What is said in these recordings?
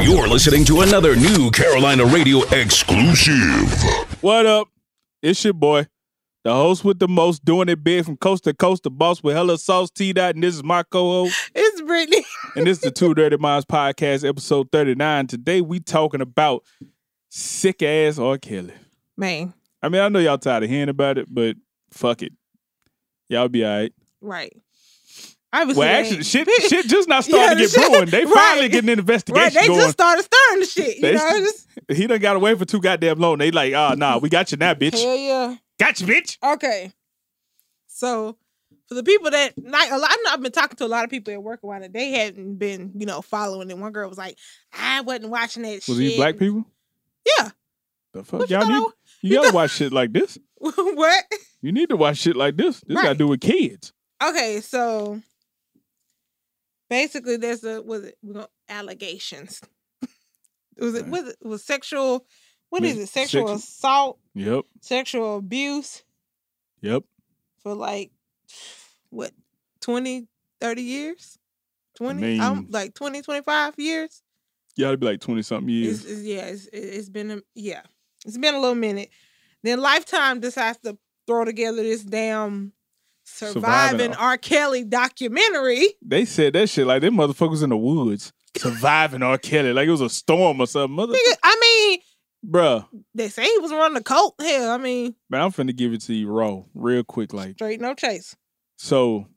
You're listening to another new Carolina Radio exclusive. What up? It's your boy, the host with the most, doing it big from coast to coast, the boss with hella sauce, T dot, and this is my co-host, It's Brittany. and this is the Two Dirty Minds podcast, episode thirty nine. Today we talking about sick ass R. Kelly. Man, I mean, I know y'all tired of hearing about it, but fuck it, y'all be all right. right. I was Well, actually, shit, shit just not starting Yeah, to get shit. brewing. They finally Right. getting an investigation Right, they going. just started stirring the shit. You They- know, just, he done got away for two goddamn long. They like, ah, nah, we got you now, bitch. hell yeah. Got you, bitch. Okay. So, for the people that like a lot, I know I've been talking to a lot of people at work around it. They hadn't been, you know, following it. One girl was like, "I wasn't watching that Was shit." he black people? Yeah. The fuck, What you y'all need? thought You gotta watch shit like this. I- what? You need to watch shit like this. This got to Right. do with kids. Okay, so basically, there's a was it we gonna- allegations? was it Right. was it was sexual? What is Mis- it? Sexual sexu- assault, Yep. sexual abuse Yep. for like what 20, 30 years, twenty, mean- um, like 20, 25 years. Y'all be like twenty something years. It's, it's, yeah, it's, it- it's been a, yeah, it's been a little minute. Then Lifetime decides to throw together this damn Surviving surviving R- R. Kelly documentary. They said that shit like them motherfuckers in the woods surviving R. Kelly like it was a storm or something. Mother, Nigga, I mean, bruh, they say he was running a cult. Hell, I mean, man, I'm finna give it to you raw, real quick. Like straight no chase. so,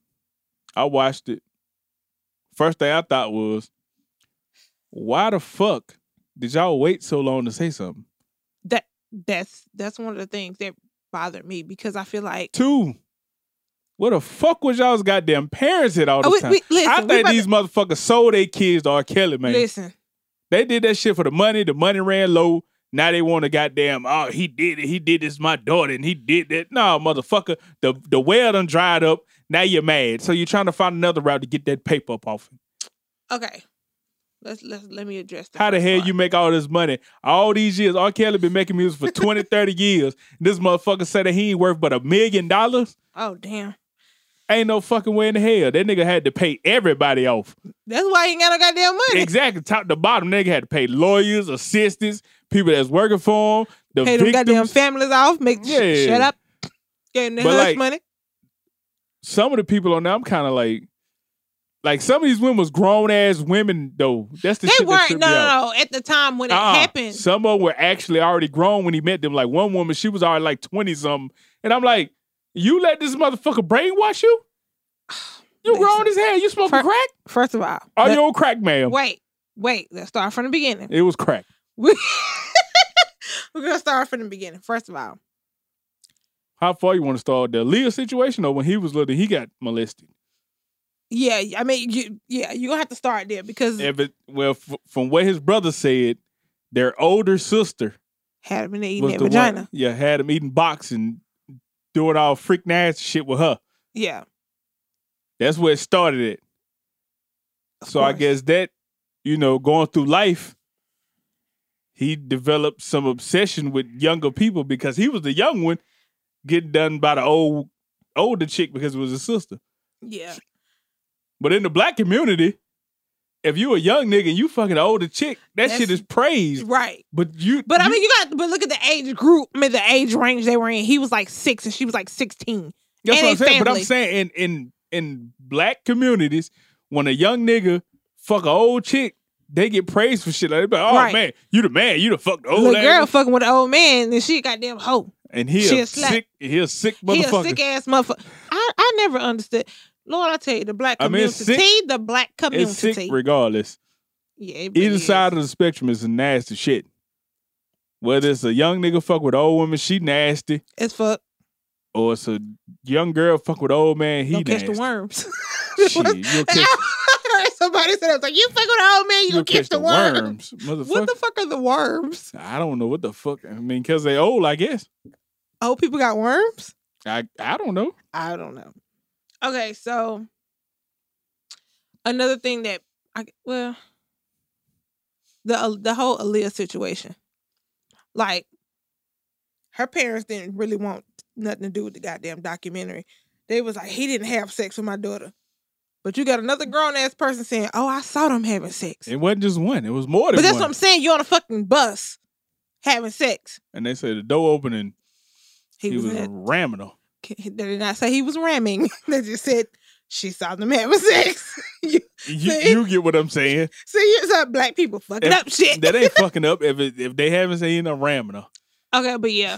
I watched it. First thing I thought was, why the fuck did y'all wait so long to say something? That that's that's one of the things that bothered me because I feel like Two, what the fuck was y'all's goddamn parents at all Oh, this we- time? we- listen, I we think about these to- motherfuckers sold their kids to R. Kelly, man. listen, They did that shit for the money. The money ran low. Now they want to goddamn, oh, he did it. He did this to my daughter and he did that. No, motherfucker. The the well done dried up. Now you're mad. So you're trying to find another route to get that paper up off him. okay. Let's let us let me address that. How the hell you make all this money? All these years, R. Kelly been making music for 20, 30 years. This motherfucker said that he ain't worth but a million dollars. Oh damn, Ain't no fucking way in the hell. That nigga had to pay everybody off. that's why he ain't got no goddamn money. Exactly. Top to bottom, nigga had to pay lawyers, assistants, people that's working for him. The Pay them victims. goddamn families off. Make sh- Yeah. shut up. Getting the But, hush like, money. some of the people on there, I'm kind of like, like some of these women was grown ass women though. That's the They shit that weren't. tripped No, me out. no, no. At the time when it Uh-uh. happened, Some of them were actually already grown when he met them. Like one woman, she was already like twenty something, and I'm like, you let this motherfucker brainwash you? You grown as hell. You smoking Fir- crack? first of all, Are let- you on crack, ma'am? wait, wait. Let's start from the beginning. It was crack. We- We're gonna start from the beginning. First of all, How far you want to start the Leah situation? Or when he was little, he got molested. yeah, I mean, you, yeah, you're gonna have to start there because If it, well, f- from what his brother said, their older sister had him in there eating was that the vagina. One, yeah, had him eating boxing, doing all freak nasty shit with her. Yeah. That's where it started it. of So I course. guess that, you know, going through life, he developed some obsession with younger people because he was the young one getting done by the old older chick because it was his sister. Yeah. But in the black community, if you a young nigga and you fucking an older chick, that That's- shit is praised. Right. But you But I you- mean, you got, but look at the age group, I mean, the age range they were in. He was like six and she was like 16. That's and what I'm they saying. But I'm family. saying in in in black communities, when a young nigga fuck a old chick, they get praised for shit. Like, they be like, oh Right. man, you the man, you the fucked old Little ass girl nigga." fucking with an old man and she a goddamn hoe. and he she a a slap. sick, he a sick He a motherfucker. sick ass motherfucker. I, I never understood. Lord, I tell you, the black I mean, community, it's sick. the black it's community. sick regardless. yeah, it Either really side is. of the spectrum is some nasty shit. Whether it's a young nigga fuck with old woman, she nasty, it's fuck. or it's a young girl fuck with old man, he Don't catch nasty. the worms. Shit, you'll catch, I heard somebody said, I was like, you fucking old man, you you'll don't catch the worms, worms. motherfucker. What the fuck are the worms? I don't know what the fuck. I mean, cause they old, I guess. Old people got worms? I I don't know. I don't know. Okay, so another thing that I well the the whole Aaliyah situation, like her parents didn't really want nothing to do with the goddamn documentary. They was like, he didn't have sex with my daughter. But you got another grown ass person saying, "Oh, I saw them having sex." It wasn't just one. It was more than But that's one. what I'm saying. You're on a fucking bus having sex. and they said the door opened and He, was. in- ramming her. They did not say he was ramming. they just said she saw them having sex. you, You, See? you get what I'm saying? see, it's up black people fucking If- up shit. That ain't fucking up if it, if they haven't seen a ramming her. okay, but yeah,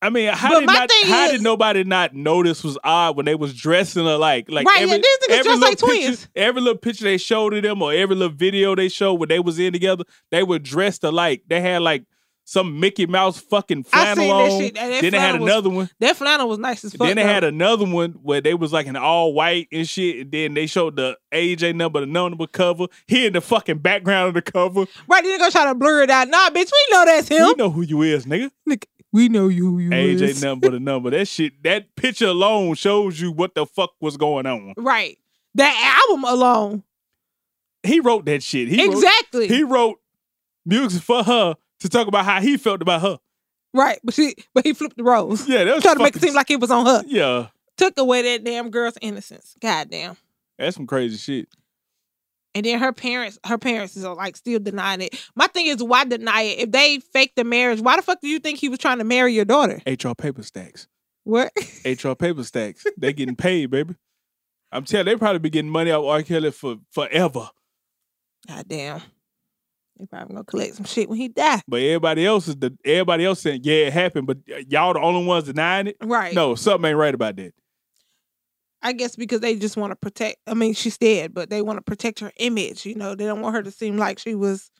I mean, how But did my not, thing how is- did nobody not know this was odd when they was dressing alike? Like Right, every, yeah, these niggas every dressed little like picture, twins. Every little picture they showed to them, or every little video they showed when they was in together, they were dressed alike. They had like some Mickey Mouse fucking I flannel seen on. that shit. and that then they had flannel was- another one. That flannel was nice as fuck. Then they though. had another one where they was like an all white and shit. And then they showed the AJ number, the number cover. He in the fucking background of the cover. Right, then they gonna try to blur it out. Nah, bitch, we know that's We him. know who you is, nigga. We know you who you AJ number, the number. That shit, that picture alone shows you what the fuck was going on. Right. That album alone. He wrote that shit. He wrote, exactly. he wrote music for her to talk about how he felt about her. right. But she but he flipped the roles. Yeah, that was Trying to make it fucking- seem like it was on her. Yeah, Took away that damn girl's innocence. Goddamn. that's some crazy shit. And then her parents, her parents is like still denying it. My thing is, why deny it? If they fake the marriage, why the fuck do you think he was trying to marry your daughter? HR paper stacks. What? HR paper stacks. They getting paid, baby. I'm telling they probably be getting money out of R. Kelly for forever. Goddamn. They probably gonna collect some shit when he die. But everybody else is the everybody else saying, yeah, it happened, but y'all the only ones denying it. Right. No, something ain't right about that. I guess because they just want to protect. I mean, she's dead, but they want to protect her image. You know, they don't want her to seem like she was.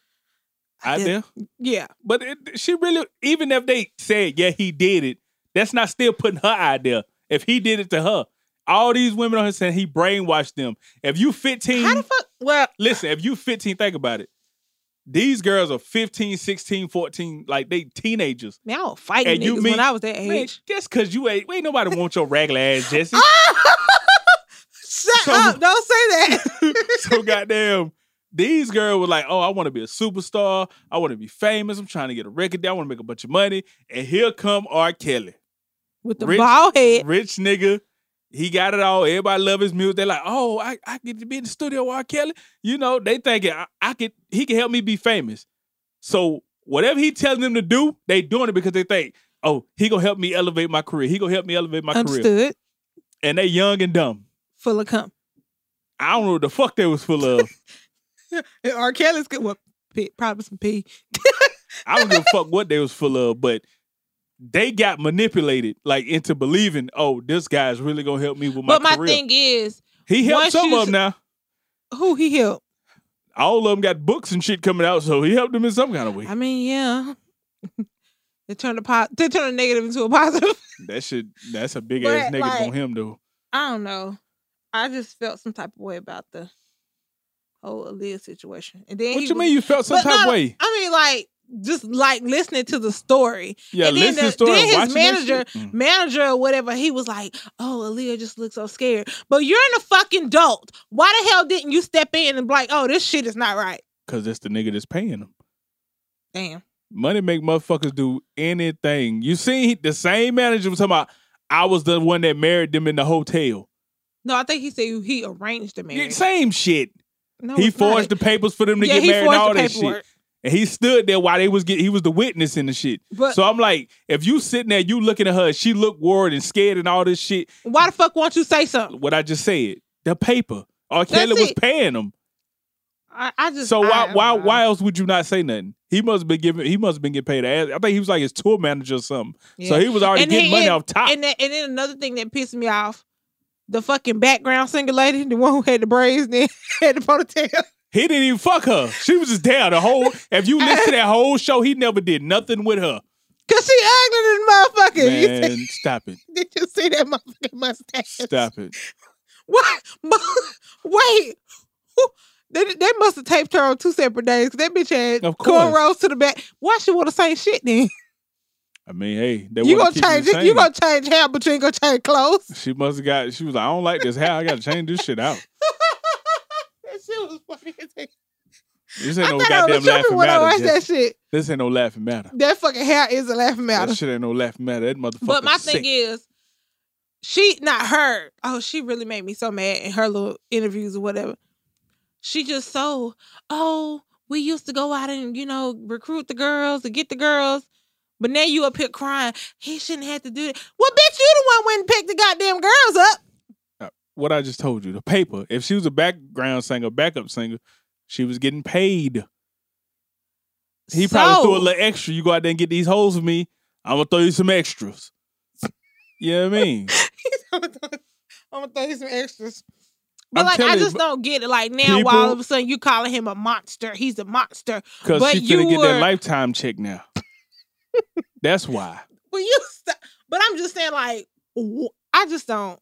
I Out did- there. Yeah, But it, she really, even if they said, yeah, he did it, that's not still putting her out there. If he did it to her, all these women on here saying he brainwashed them. If you 15, how the fuck? Well, listen, if you 15, think about it. These girls are 15, 16, 14, like they teenagers. now I was fighting And you niggas mean- when I was that Man, age. just cause you ain't, ain't nobody want your regular ass, Jesse. Shut So- up! Don't say that. so goddamn. These girls were like, oh, I want to be a superstar. I want to be famous. I'm trying to get a record deal. I want to make a bunch of money. And here come R. Kelly. With the Rich- bald head, Rich nigga. He got it all. Everybody love his music. They're like, oh, I, I get to be in the studio with R. Kelly. You know, they thinking I, I could he can help me be famous. So whatever he telling them to do, they doing it because they think, oh, he gonna help me elevate my career. He gonna help me elevate my career. understood, And they young and dumb. full of cum. I don't know what the fuck they was full of. And R. Kelly's good. Well, pee, probably some pee. I don't give a fuck what they was full of, but they got manipulated like into believing, oh, this guy's really gonna help me with my but my career. thing is, he helped once some you of them now. who he helped? All of them got books and shit coming out, so he helped them in some kind of way. I mean, yeah. they turned a po- they turned a negative into a positive. that shit, that's a big But, ass negative like- on him though. I don't know. I just felt some type of way about the whole Aaliyah situation. And then What he you was- mean you felt some But type of no, way? I mean, like just like listening to the story, Yeah, and then listen to the the- story. then and his watching that manager- shit. Mm. manager or whatever. He was like, "Oh, Aaliyah just looks so scared," but you're in a fucking adult. Why the hell didn't you step in and be like, "Oh, this shit is not right." Cause that's the nigga that's paying him. Damn. Money make motherfuckers do anything. You seen he- the same manager was talking about I was the one that married them in the hotel. No, I think he said he arranged the Yeah, marriage. Same shit. No, he it's not. forged the papers for them to yeah, get he married and forged all the that paperwork. shit. And he stood there while they was getting he was the witness in the shit. But so I'm like, if you sitting there, you looking at her, she look worried and scared and all this shit. why the fuck won't you say something? What I just said, the paper. R. Kelly was it. paying him. I, I just So I why don't why know. why else would you not say nothing? He must been giving he must have been getting paid. I think he was like his tour manager or something. So Yeah. he was already And getting he- money off top. And then, and then another thing that pissed me off, the fucking background singer lady, the one who had the braids, then had the ponytail. he didn't even fuck her. She was just there the whole if you listen to that whole show, he never did nothing with her. Cause she ugly than a motherfucker. You see- Man, stop it. did you see that motherfucking mustache? Stop it. What? Wait. Who- They, they must have taped her on two separate days. 'cause That bitch had Of course. cornrows to the back. Why she want the same shit then? I mean, hey, they You wanna gonna keep it change the it? You same. gonna change hair, but you ain't gonna change clothes? She must have got. She was like, I don't like this hair. I got to change this shit out. that shit was funny. as hell. This I ain't no thought I goddamn was tripping laughing when I watched matter. that Jess. shit. This ain't no laughing matter. That fucking hair is a laughing matter. That shit ain't no laughing matter. That motherfucker. But my sick. thing is, she not her. Oh, she really made me so mad in her little interviews or whatever. She just so, oh, we used to go out and, you know, recruit the girls and get the girls. But now you up here crying, he shouldn't have to do that. Well, bitch, you the one went and picked the goddamn girls up. What I just told you, the paper. If she was a background singer, backup singer, she was getting paid. He probably threw a So- little extra. You go out there and get these hoes for me. I'm gonna throw you some extras. You know what I mean? I'm gonna throw you some extras. But I'm like I telling you, just don't get it. Like now, why all people- of a sudden you calling him a monster? He's a monster. Because But she you finna get were- that lifetime check now. That's why. Well, you. St- but I'm just saying, like wh- I just don't.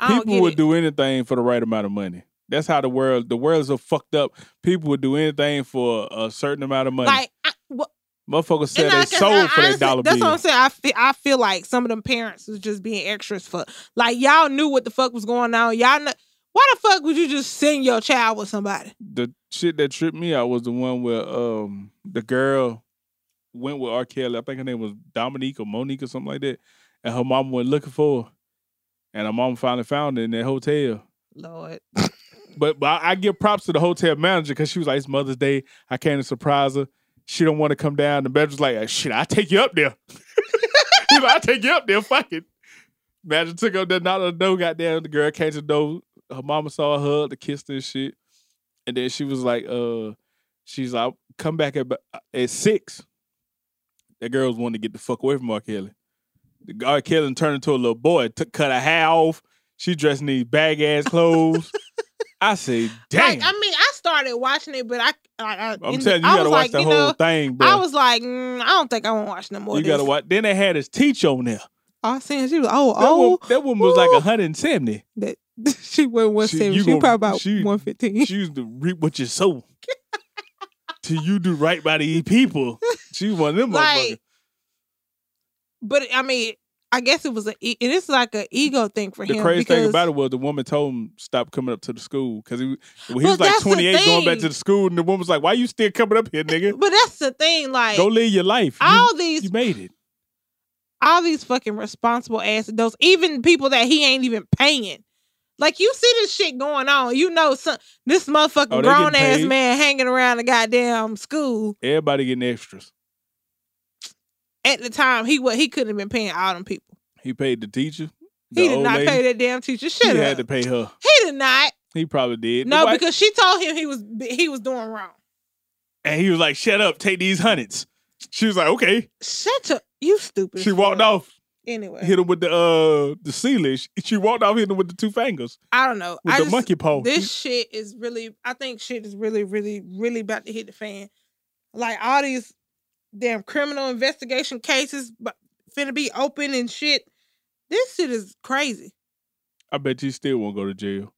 I don't People get would it. do anything for the right amount of money. That's how the world the world's so fucked up. People would do anything for a certain amount of money. like. I, well, Motherfuckers sell and their like I said, soul for I that honestly- dollar That's bill. what I'm saying. I feel, I feel like some of them parents was just being extras for like y'all knew what the fuck was going on. Y'all know why the fuck would you just send your child with somebody? the shit that tripped me out was the one where um the girl went with R. Kelly. I think her name was Dominique or Monique or something like that. And her mom went looking for her. And her mom finally found her in that hotel. Lord, But, but I, I give props to the hotel manager because she was like, it's Mother's Day. I came to surprise her. She don't want to come down. The manager's like, shit, I'll take you up there. He like, I'll take you up there. Fuck it. Manager took up there, knocked on the door, got down. The girl came to the door. Her mama saw her, hugged her, kissed her and shit. And then she was like, uh, she's like, come back at, ba- at six. That girl was wanting to get the fuck away from R. Kelly. The R. Kelly turned into a little boy, took, cut her hair off. She dressed in these bag ass clothes. I say, damn. like I mean, I started watching it, but I, I, I I'm in the- telling you, I you was gotta like, watch the you whole know, thing, I bro. was like, mm, I don't think I want to watch no more. you of gotta this. watch. Then they had his teacher on there. I seen she was oh That, oh woman, that woman was like Ooh. 170. that she went one She- seventy. you She, was gon- probably about she- one fifteen. She used to reap what you sow. Till you do right by these people. She was one of them motherfuckers. Like, but I mean, I guess it was a e- it is like an ego thing for The him. crazy because, thing about it was the woman told him stop coming up to the school because he, when he But was like that's the 28 going back thing. to the school, and the woman was like, "Why you still coming up here, nigga? But that's the thing, like Go live your life. You, all these you made it. all these fucking responsible ass adults, even people that he ain't even paying. Like you see this shit going on, you know some this motherfucking Oh, they getting grown ass paid? man hanging around the goddamn school. Everybody getting extras. At the time, he what he couldn't have been paying all them people. He paid the teacher. The He did old not lady. pay that damn teacher. He Shut had up. to pay her. He did not. He probably did. No, Why- because she told him he was he was doing wrong. and he was like, "Shut up, take these hundreds. She was like, "Okay." Shut up, you stupid. She walked off, Anyway, hit him with the uh the ceiling. She- She walked off, hit him with the two fingers I don't know. with I the just, monkey paw. This shit is really. I think shit is really, really, really about to hit the fan. Like all these damn criminal investigation cases, but finna be open and shit. This shit is crazy. I bet you still won't go to jail.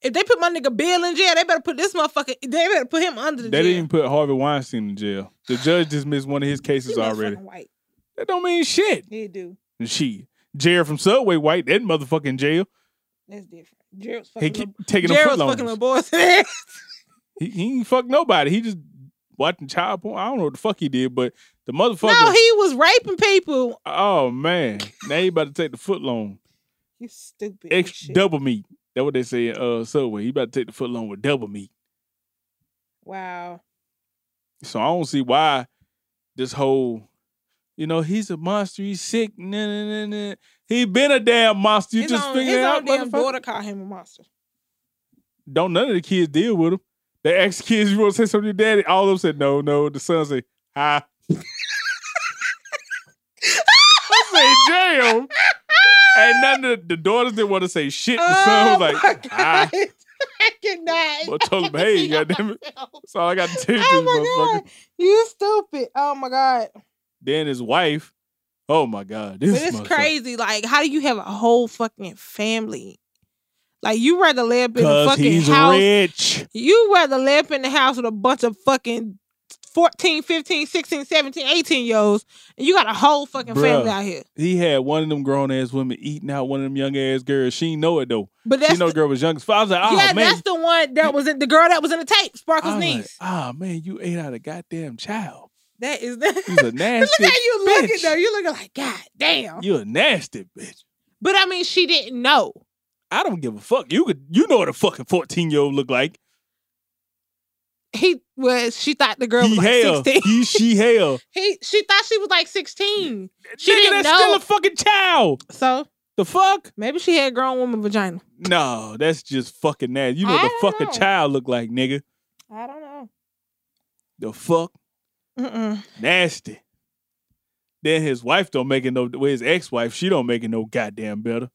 If they put my nigga Bill in jail, they better put this motherfucker. They better put him under the They jail. didn't even put Harvey Weinstein in jail. The judge dismissed one of his He cases motherfucking already. White. That don't mean shit. He do. She Jared from Subway White, that motherfucking jail. That's different. Gerald's He fucking. keep little- taking them Gerald's fucking little footlongs. boys. That's He, he ain't fuck nobody. He just watching child porn. I don't know what the fuck he did, but the motherfucker. no, he was raping people. oh man, now he about to take the footlong. You stupid. as extra shit. double meat. That's what they say in uh, Subway. He about to take the foot long with double meat. Wow. So I don't see why this whole, you know, he's a monster. He's sick. Nah, nah, nah, nah. He been a damn monster. You his just own, figured his it out, own damn motherfucker. daughter called him a monster. Don't none of the kids deal with him. They ask kids, "You want to say something to your daddy?" All of them said, "No, no." The son said, "Hi." I say, "Damn." Ain't none of the, the daughters didn't want to say shit. The son was Oh my like, "Hi." God. I cannot. But I told him, "Hey, goddamn it." That's all I got to tell you, Oh motherfucker. my god, you stupid! Oh my god, Then his wife. Oh my God. This but it's motherfucker. crazy. Like, how do you have a whole fucking family? Like, you rather live in a Cause fucking he's house. rich. You rather live in the house with a bunch of fucking 14, 15, 16, 17, 18 year olds, and you got a whole fucking family Bruh. out here. He had one of them grown ass women eating out one of them young ass girls. She ain't know it though. But She that's know the the, girl was young as fuck. I was like, oh man. yeah, that's the one that was in the girl that was in the tape, Sparkle's I was like, niece. oh man, you ate out a goddamn child. That is that. You's a nasty. Look how you looking bitch. though. You're looking like, God damn. You a nasty bitch. But I mean, she didn't know. I don't give a fuck. You could you know what a fucking 14 year old look like. He was. She thought the girl he was like hell. sixteen. He she hell. He. She thought she was like sixteen. She Nigga, didn't that's know. still a fucking child. So The fuck? maybe she had grown woman vagina. No, that's just fucking nasty. You know what I the don't fuck a know. child look like, nigga. I don't know. The fuck? Mm-mm. Nasty. Then his wife don't make it no well, his ex-wife, she don't make it no goddamn better.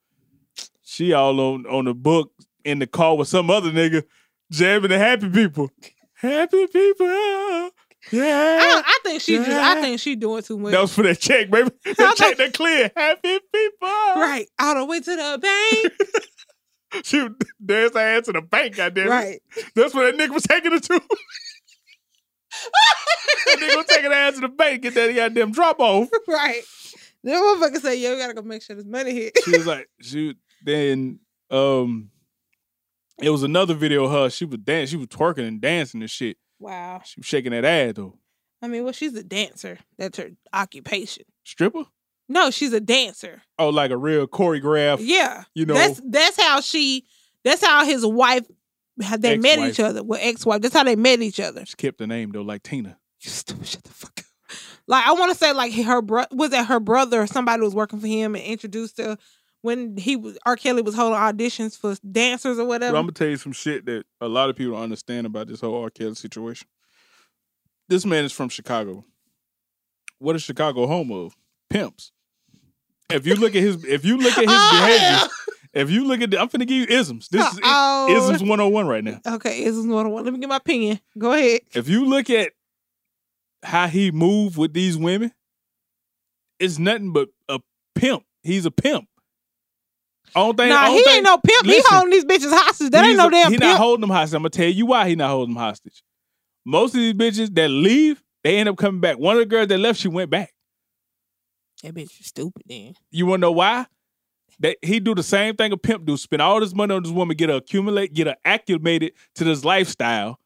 She all on on the book in the car with some other nigga jamming the happy people. Happy people. I, Yeah. don't- I think she just. I think she doing too much. That was for that check, baby. That thought- check that clear. Happy people. right. All the way to the bank. She would dance her ass to the bank, goddamn. it. right. That's where that nigga was taking it to. that nigga was taking her ass to the bank, get that goddamn drop off. Right. Then motherfucker say, "Yo, we gotta go make sure this money hit." She was like, she then um it was another video of her. She was dancing, she was twerking and dancing and shit. Wow. She was shaking that ass though. I mean, well, she's a dancer. That's her occupation. Stripper? No, she's a dancer. Oh, like a real choreograph, Yeah. you know. That's that's how she. That's how his wife. How they met Ex-wife. each other. Well, ex-wife. That's how they met each other. She kept the name though, like Tina. You stupid. Shut the fuck up. Like I want to say, like her bro was that her brother or somebody was working for him and introduced her when he was R. Kelly was holding auditions for dancers or But whatever. I'm gonna tell you some shit that a lot of people don't understand about this whole R. Kelly situation. This man is from Chicago. What is Chicago home of? Pimps. If you look at his, if you look at his Oh, behavior, if you look at, the, I'm finna give you isms. This is Uh-oh. isms 101 right now. Oh. Okay, isms one on one. Let me get my opinion. Go ahead. If you look at how he moved with these women, it's nothing but a pimp. He's a pimp. Only thing, nah, only he thing- ain't no pimp. he listen. holding these bitches hostage. That ain't He's no a- damn He pimp. not holding them hostage. I'm gonna tell you why he not holding them hostage. Most of these bitches that leave, they end up coming back. One of the girls that left, she went back. that bitch is stupid. Then You wanna know why? That he do the same thing a pimp do. Spend all this money on this woman, get her accumulate, get her acclimated to this lifestyle.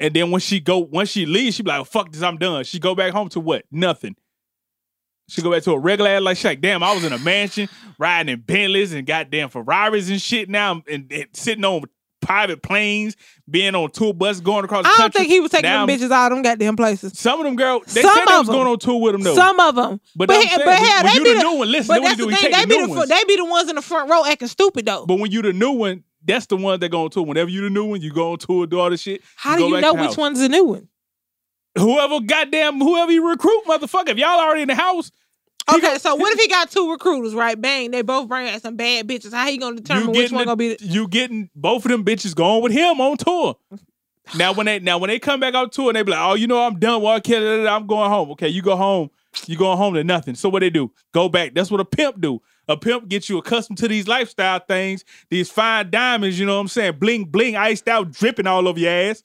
And then when she go, when she leaves, she be like, "Fuck this, I'm done." She go back home to what? Nothing. She go back to a regular ass like she like, damn, I was in a mansion riding in Bentleys and goddamn Ferraris and shit now and, and sitting on private planes, being on tour bus, going across the I don't country. think he was taking Now them bitches out of them goddamn places. some of them girls, they Some said they of was them. going on tour with him though. Some of them, but, but I'm he- saying, but when- hell, when they you be the the- new one, listen, but then what that's you the do? You thing. They take be the the new fo- ones. they be the ones in the front row acting stupid though. But when you the new one, that's the one that go on tour. Whenever you the new one, you go on tour, do all this shit. How do go you back know to the which house. one's the new one? Whoever, goddamn, whoever you recruit, motherfucker. If y'all already in the house, He Okay, so what if he got two recruiters, right? Bang, they both bring out some bad bitches. How he gonna determine you which getting one the- gonna be? The- you getting both of them bitches going with him on tour. Now when they now when they come back on tour, they be like, oh, you know, I'm done. Well, Kelly, I'm going home. Okay, you go home. You going home to nothing. So what they do? Go back. That's what a pimp do. A pimp gets you accustomed to these lifestyle things, these fine diamonds. You know what I'm saying? Bling bling, iced out, dripping all over your ass.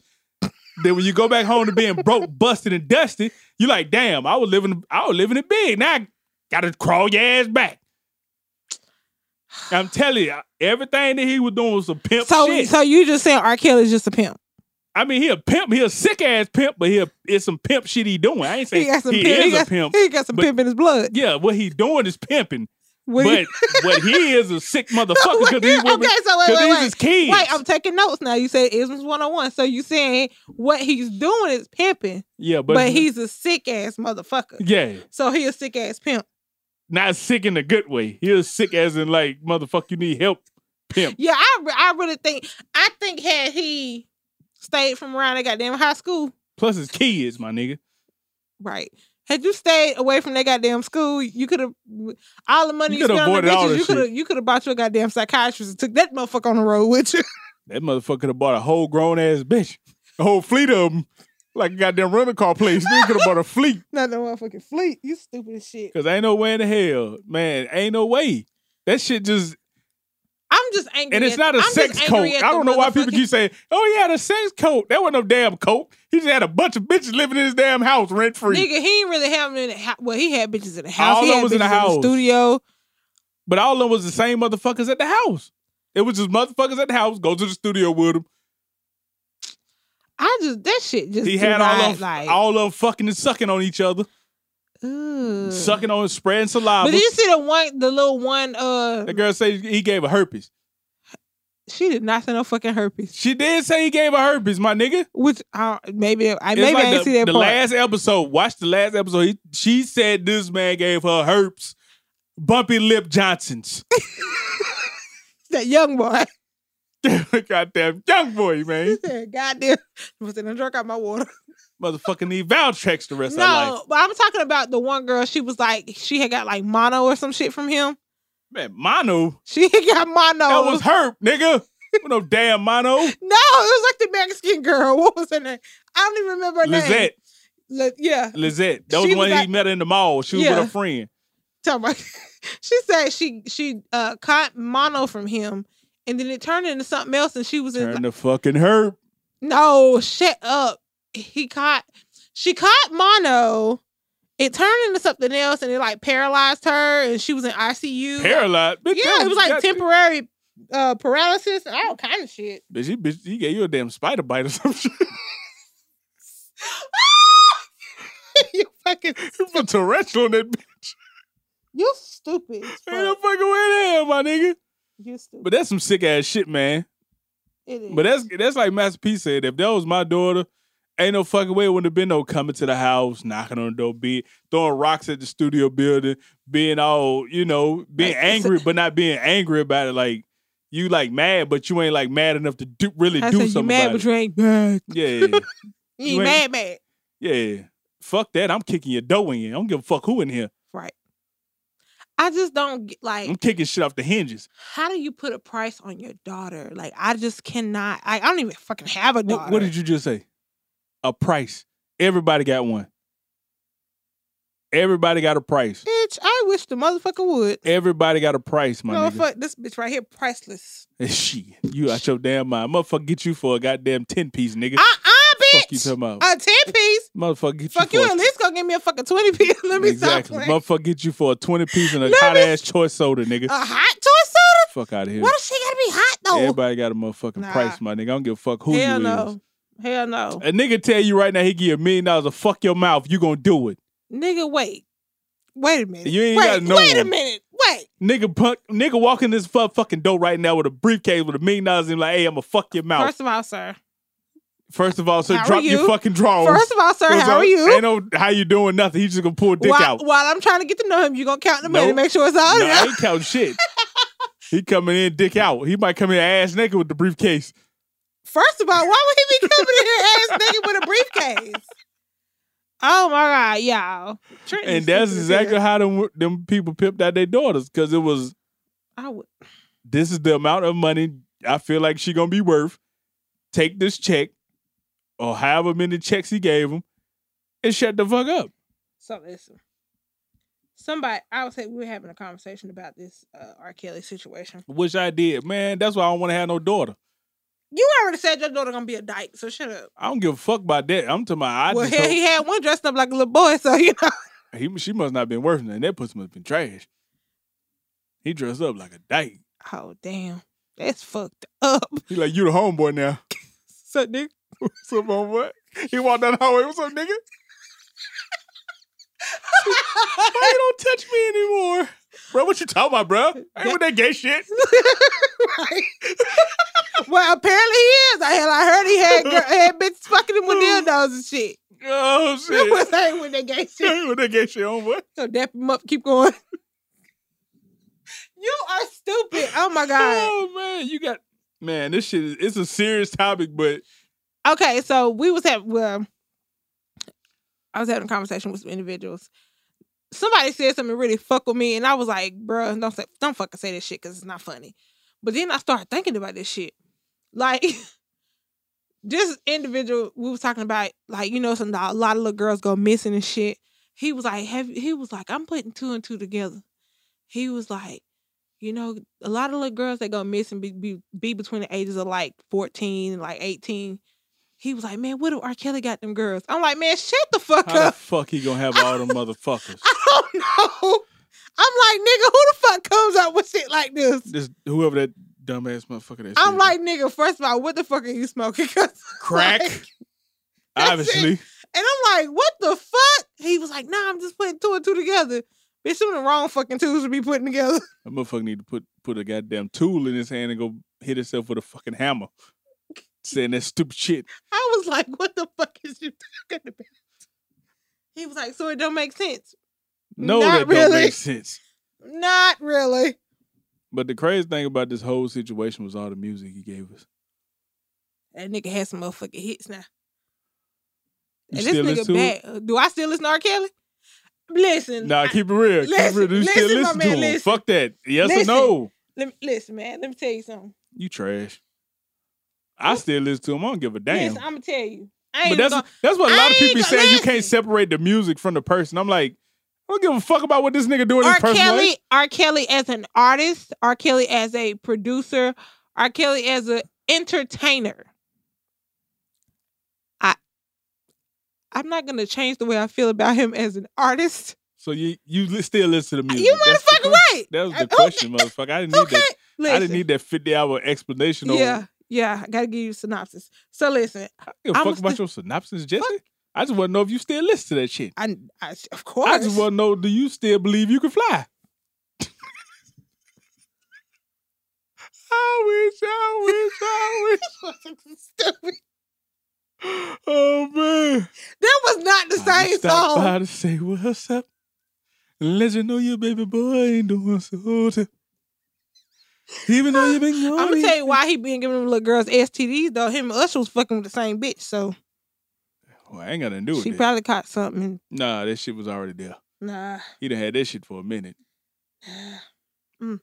then when you go back home to being broke, busted, and dusty, you like, damn, I was living, I was living it big. Now I gotta crawl your ass back. I'm telling you, everything that he was doing was a pimp so, shit. so you just saying R. Kelly's just a pimp? I mean, he a pimp. He a sick ass pimp, but he a, it's some pimp shit he doing. I ain't saying He got some he pimp. is He a got, pimp. he got some but- pimp in his blood. Yeah, what he doing is pimping. What he- but what he is a sick motherfucker because Wait, these women, okay, so wait, 'cause wait, these wait. is kids. Wait, I'm taking notes now. You said Isms 101. So you saying what he's doing is pimping, yeah, but, but, he's a sick ass motherfucker. yeah, So he a sick ass pimp. not sick in a good way. He was sick as in like motherfucker, you need help, pimp. Yeah, I, re- I really think I think had he stayed from around that goddamn high school, Plus his kids, my nigga. right? Had you stayed away from that goddamn school, you could have all the money You you, coulda spent on avoided the all this bitches. You could have shit. you could have bought your goddamn psychiatrist and took that motherfucker on the road with you. That motherfucker could have bought a whole grown ass bitch, a whole fleet of them, like a goddamn rental car place. Nigga could have bought a fleet. Not that motherfucking fleet. You stupid as shit. Cause ain't no way in the hell, man. Ain't no way. That shit just I'm just angry. and it's at- not a I'm just sex angry coat. at I don't the know why people motherfucking- keep saying, "Oh, he had a sex coat." That wasn't no damn coat. He just had a bunch of bitches living in his damn house rent free. Nigga, he ain't really have them in the house. Well, he had bitches in the house. All he of had them was in the bitches house. studio. But all of them was the same motherfuckers at the house. It was just motherfuckers at the house. Go to the studio with them. I just that shit just He had all divide, of like all of fucking and sucking on each other, ugh. sucking on, spreading saliva. But did you see the one, the little one? Uh, the girl said he gave a herpes. she did not say no fucking herpes. She did say he gave a herpes, my nigga. Which uh, maybe I It's maybe like I didn't the, see that the part. last episode. Watch the last episode. He, she said this man gave her herpes, bumpy lip Johnsons. that young boy. Goddamn young boy, man. Goddamn, must have done drunk out my water. Motherfucking need Valtrex the rest of her life. No, but I'm talking about the one girl. She was like, she had got like mono or some shit from him. Man, mono. She had got mono. That was herp, nigga. With no damn mono. no, it was like the Mexican girl. What was her name? I don't even remember her name. Lizette. Lizette. yeah. Lizette. That was She the one was he like- met in the mall. She was Yeah. with a friend. talking about she said she she uh caught mono from him and then it turned into something else and she was in Turn the fucking herp. no shut up he caught she caught mono it turned into something else and it like paralyzed her and she was in ICU Paralyzed. Bitch, that yeah it was like that- temporary uh paralysis and all kind of shit Bitch, he, bitch, he gave you a damn spider bite or some shit. you fucking He put tarantula on that bitch. you stupid as Ain't no fuck. fucking way there, my nigga. you stupid But that's some sick ass shit, man. It is. But that's that's like Master P said. If that was my daughter, ain't no fucking way it wouldn't have been no coming to the house, knocking on the door, be throwing rocks at the studio building, being all you know, being That's- angry but not being angry about it. Like you like mad, but you ain't like mad enough to do, really I do said you something mad about but you ain't mad it. Yeah, you You ain't ain't- mad mad yeah, fuck that. I'm kicking your dough in. I don't give a fuck who in here. right I just don't get like I'm kicking shit off the hinges. how do you put a price on your daughter? Like, I just cannot. I, I don't even fucking have a Wh- daughter. What, did you just say? A price. Everybody got one. Everybody got a price. Bitch, I wish the motherfucker would. Everybody got a price, my nigga. Motherfuck, this bitch right here, priceless. Shit, you out your damn mind. Motherfucker, get you for a goddamn 10 piece, nigga. Uh uh, bitch. Fuck you talking about. a 10 piece? Motherfucker, get Fuck you you, for at a- least go give me a fucking 20 piece. Let me exactly. stop playing. Motherfucker, get you for a 20 piece and a Let hot me- ass choice soda, nigga. A hot toy soda? fuck out of here. Why does she gotta be hot though? Everybody got a motherfucking Nah. price, my nigga. I don't give a fuck who Hell you no. Hell no. is. A nigga tell you right now he give you a million dollars to fuck your mouth, you gonna do it. Nigga, wait. Wait a minute. You ain't wait, got no Wait a one. minute. Wait. Nigga punk, nigga walking this fu- fucking door right now with a briefcase with a million dollars and like, hey, I'ma fuck your mouth. First, First of all, sir. of all, so how are drop your you? fucking drawers. First of all, sir, Goes how out, are you? Ain't no how you doing nothing. He's just gonna pull a dick while, out. while I'm trying to get to know him, you gonna count the money, Nope. make sure it's all no, there. I ain't counting shit. he coming in dick out. He might come in ass naked with the briefcase. First of all, why would he be coming in here ass naked with a briefcase? Oh my god, y'all! Trenton And is that's stupid as exactly hell. how them them people pimped out their daughters because it was I would. this is the amount of money I feel like she gonna be worth. Take this check, or however many checks he gave him, and shut the fuck up. So listen, somebody. I would say we were having a conversation about this uh, R. Kelly situation. Wish I did, man. That's why I don't want to have no daughter. You already said your daughter gonna be a dyke, so shut up. I don't give a fuck about that. I'm to my. I well, just hell, hope- he had one dressed up like a little boy, so you know. He she must not have been worth nothing. That pussy must have been trash. He dressed up like a dyke. Oh damn, that's fucked up. He like you the homeboy now. So nigga, What's up, homeboy? He walked down the hallway. What's up, nigga? Why you don't touch me anymore, bro? What you talking about, bro? I ain't with that gay shit. right. well, apparently he is. I had I heard he had girl, had bitches fucking him with dildos and shit. Oh That was shit. ain't with that gay I shit. ain't with that gay shit, homeboy. So dap him up. Keep going. you are stupid. Oh my god. Oh man, you got man. This shit is it's a serious topic, but Okay, so we was having well, I was having a conversation with some individuals. Somebody said something really fuck with me, and I was like, bruh, don't say, don't fucking say this shit because it's not funny. But then I started thinking about this shit. Like this individual we was talking about, like you know, some a lot of little girls go missing and shit. He was like, have he was like, I'm putting two and two together. He was like, you know, a lot of little girls that go missing be be, be between the ages of like 14 and like 18. He was like, man, what if R. Kelly got them girls? I'm like, man, shut the fuck how the up. fuck he gonna have all them motherfuckers? I don't know. Oh, I'm like, nigga, who the fuck comes up with shit like this? This whoever that dumbass motherfucker that I'm said- like, nigga, first of all, what the fuck are you smoking? 'Cause, crack. like, That's it. obviously. And I'm like, what the fuck? He was like, nah, I'm just putting two and two together. Bitch, some of the wrong fucking twos to be putting together. That motherfucker need to put put a goddamn tool in his hand and go hit himself with a fucking hammer. Saying that stupid shit. I was like, what the fuck is you talking about? He was like, so it don't make sense. No, Not that don't really. make sense. Not really. But the crazy thing about this whole situation was all the music he gave us. That nigga had some motherfucking hits now. You and still this listen to it? nigga bad. Do I still listen to R. Kelly? Listen. Nah, I- keep it real. keep listen, it real. You still listen, my listen to man, him. listen. Fuck that. Yes Listen. or no? let me, listen, man. Let me tell you something. You trash. I still listen to him. I don't give a damn. Listen, I'm gonna tell you. I but ain't that's gonna, that's what a I lot of people ain't say. gonna- You can't listen. separate the music from the person. I'm like, I don't give a fuck about what this nigga doing his R. personal Kelly, life. R. Kelly as an artist, R. Kelly as a producer, R. Kelly as an entertainer. I I'm not gonna change the way I feel about him as an artist. So you you li- still listen to music? You That's the motherfucking question. right. That was Okay. the question, motherfucker. I didn't need Okay. that. Listen. I didn't need that 50 hour explanation. on- Yeah, yeah. I gotta give you a synopsis. So listen, I don't give a I'm fuck about your synopsis, Jesse. I just want to know if you still listen to that shit. I, I of I course. just want to know do you still believe you can fly? I wish, I wish, I wish. Stupid. Oh man. That was not the I same just stopped song. by to say what's up. And let you know your baby boy ain't doing so tough. Even though you been going. I'm gonna tell you why he been giving them little girls STDs though. Him and Usher was fucking with the same bitch, so Well, Oh, I ain't got nothing to do with she it. probably caught something. nah, that shit was already there. Nah. He done had that shit for a minute. mm.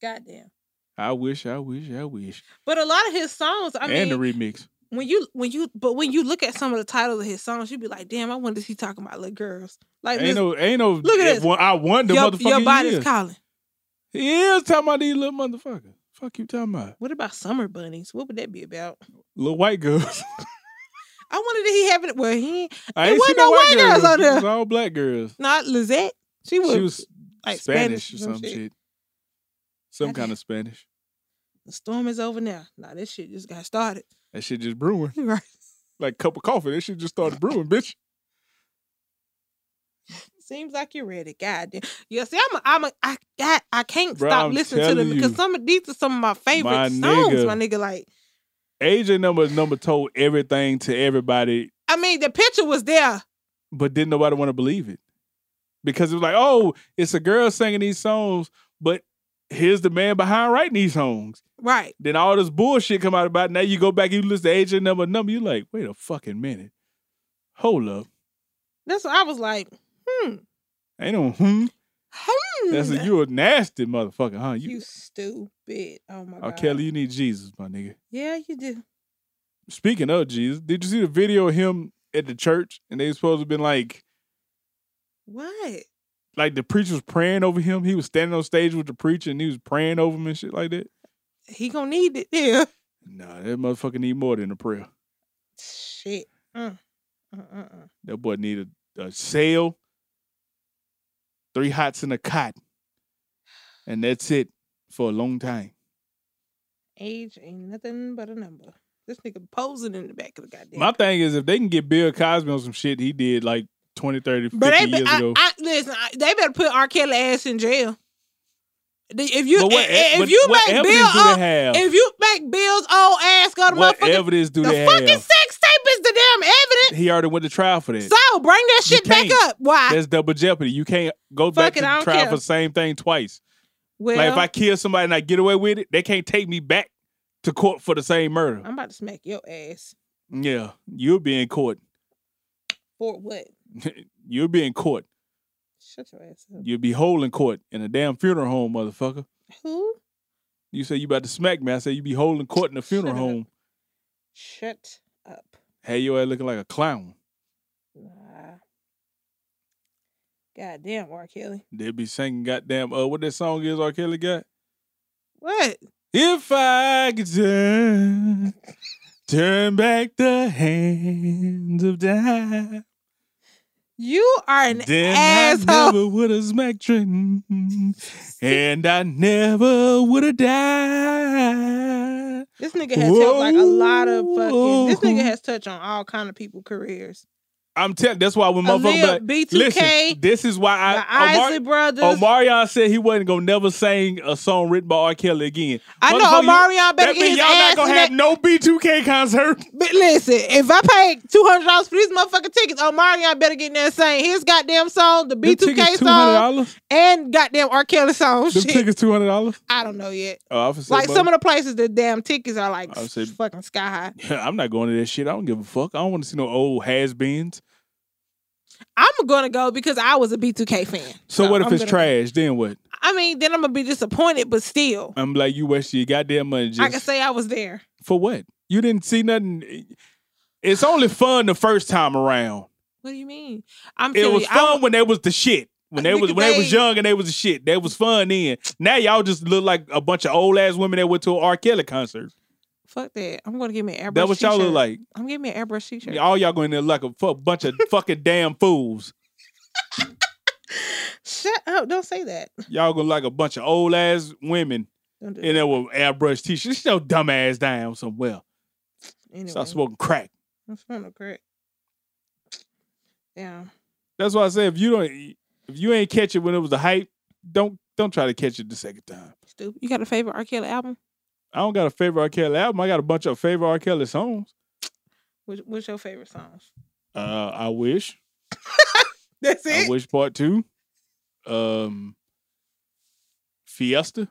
Goddamn. I wish, I wish, I wish. But a lot of his songs, I and mean, the remix. when you when you but when you look at some of the titles of his songs, you'd be like, damn, I wonder if he talking about little girls. Like Ain't this, no, ain't no. Look at if this. one- I won the your, motherfucker. your body's is. calling. He is talking about these little motherfuckers. Fuck you talking about What about summer bunnies? What would that be about? little white girls. I wonder did he have it well he ain't- I It ain't wasn't seen no no white white girls girls. out It there. was all black girls. not Lizette. She was, She was like Spanish, Spanish or or some some shit. shit. Some Goddamn. kind of Spanish. the storm is over now. Nah, this shit just got started. That shit just brewing Right. like a cup of coffee. That shit just started brewing, bitch. Seems like you're ready. God damn. Yeah, see, I'm a, I'm a, I, I, I can't Bro, stop I'm listening to them telling because you. some of these are some of my favorite My songs, nigga. my nigga. Like, AJ number number told everything to everybody, I mean, the picture was there. but didn't nobody want to believe it because it was like, oh, it's a girl singing these songs, but here's the man behind writing these songs. Right. Then all this bullshit come out about it. now you go back, you listen to AJ number number, you like, wait a fucking minute. Hold up. That's what I was like, hmm. Ain't no hmm. Hmm. That's a, you a nasty motherfucker, huh? you, You, stupid. Oh my oh, God. Kelly, you need Jesus, my nigga. Yeah, you do. Speaking of Jesus, did you see the video of him at the church? And they supposed to have been like, What? like the preacher was praying over him. He was standing on stage with the preacher and he was praying over him and shit like that. He gonna need it. Yeah. Nah, that motherfucker need more than a prayer. Shit. Mm. Mm-mm-mm. That boy needed a sail, three hots and a cot, and that's it for a long time. Age ain't nothing but a number. This nigga posing in the back of the goddamn. My thing is, if they can get Bill Cosby on some shit he did like 20, 30, 50 But they be, years I, ago, I, listen, I, they better put R. Kelly ass in jail. The- If you but what, i- i- if, but you what make evidence Bill do they old, have? if you make Bill's old ass go to what motherfucking evidence do the they fucking have? sex tape is the damn evidence. He already went to trial for that. So bring that You shit back can't. up. Why? That's double jeopardy. You can't go back Fuck it, I to don't trial care. for the same thing twice. Well, like if I kill somebody and I get away with it, they can't take me back to court for the same murder. I'm about to smack your ass yeah, you'll be in court. for what? You'll be in court. Shut your ass up. You'll be holding court in a damn funeral home, motherfucker. Who? You say you about to smack me. I say you be holding court in a funeral Shut up. home. Shut up. Had your ass looking like a clown. Nah. Goddamn, R. Kelly. They be singing goddamn uh what that song is R. Kelly got? What? If I could turn, turn back the hands of time, You are an then I asshole. never would have smacked Trenton, and I never would have died. This nigga has helped like a lot of fucking. This Whoa. nigga has touched on all kind of people careers. I'm telling. That's why when motherfuckers be Aaliyah, like, listen, B2K, this is why I. the Isley Omar- Brothers. Omarion said he wasn't gonna never sing a song written by R. Kelly again. I know Motherfucker, you- Omarion better That get means his y'all ass. not gonna in have that- no B2K concert. But listen, if I paid two hundred dollars for these motherfucking tickets, Omarion better get in there and sing his goddamn song, the Them B2K tickets song, $200? and goddamn R. Kelly song. Them Shit, tickets two hundred dollars. I don't know yet. Oh, I said, Like mother- some of the places, the damn tickets are like I said- fucking sky high. I'm not going to that shit. I don't give a fuck. I don't want to see no old has beens. I'm gonna go because I was a B2K fan. So, what if I'm it's gonna- trash? Then what? I mean, then I'm gonna be disappointed, but still, I'm like, you wasted your goddamn money just I can say I was there. for what? You didn't see nothing. It's only fun the first time around. What do you mean? I'm It telling was you, I fun when they was the shit. When they was Nigga, when they was they- young and they was the shit. They was fun then. Now y'all just look like a bunch of old ass women that went to an R. Kelly concert. Fuck that. I'm gonna get me an airbrush. That what y'all look t-shirt. like. I'm getting me an airbrush t-shirt. All y'all going there like a fu- bunch of fucking damn fools. Shut up! Don't say that. Y'all gonna like a bunch of old ass women Don't do and they were airbrush t-shirts. Sit your dumb ass down somewhere. that. Anyway, Stop smoking crack. I'm smelling great. Yeah. That's why I say if you don't if you ain't catch it when it was the hype, don't don't try to catch it the second time. Stupid. You got a favorite R. Kelly album? I don't got a favorite R. Kelly album. I got a bunch of favorite R. Kelly songs. Which, what's your favorite songs? Uh, I wish. That's I wish part two. Um, Fiesta.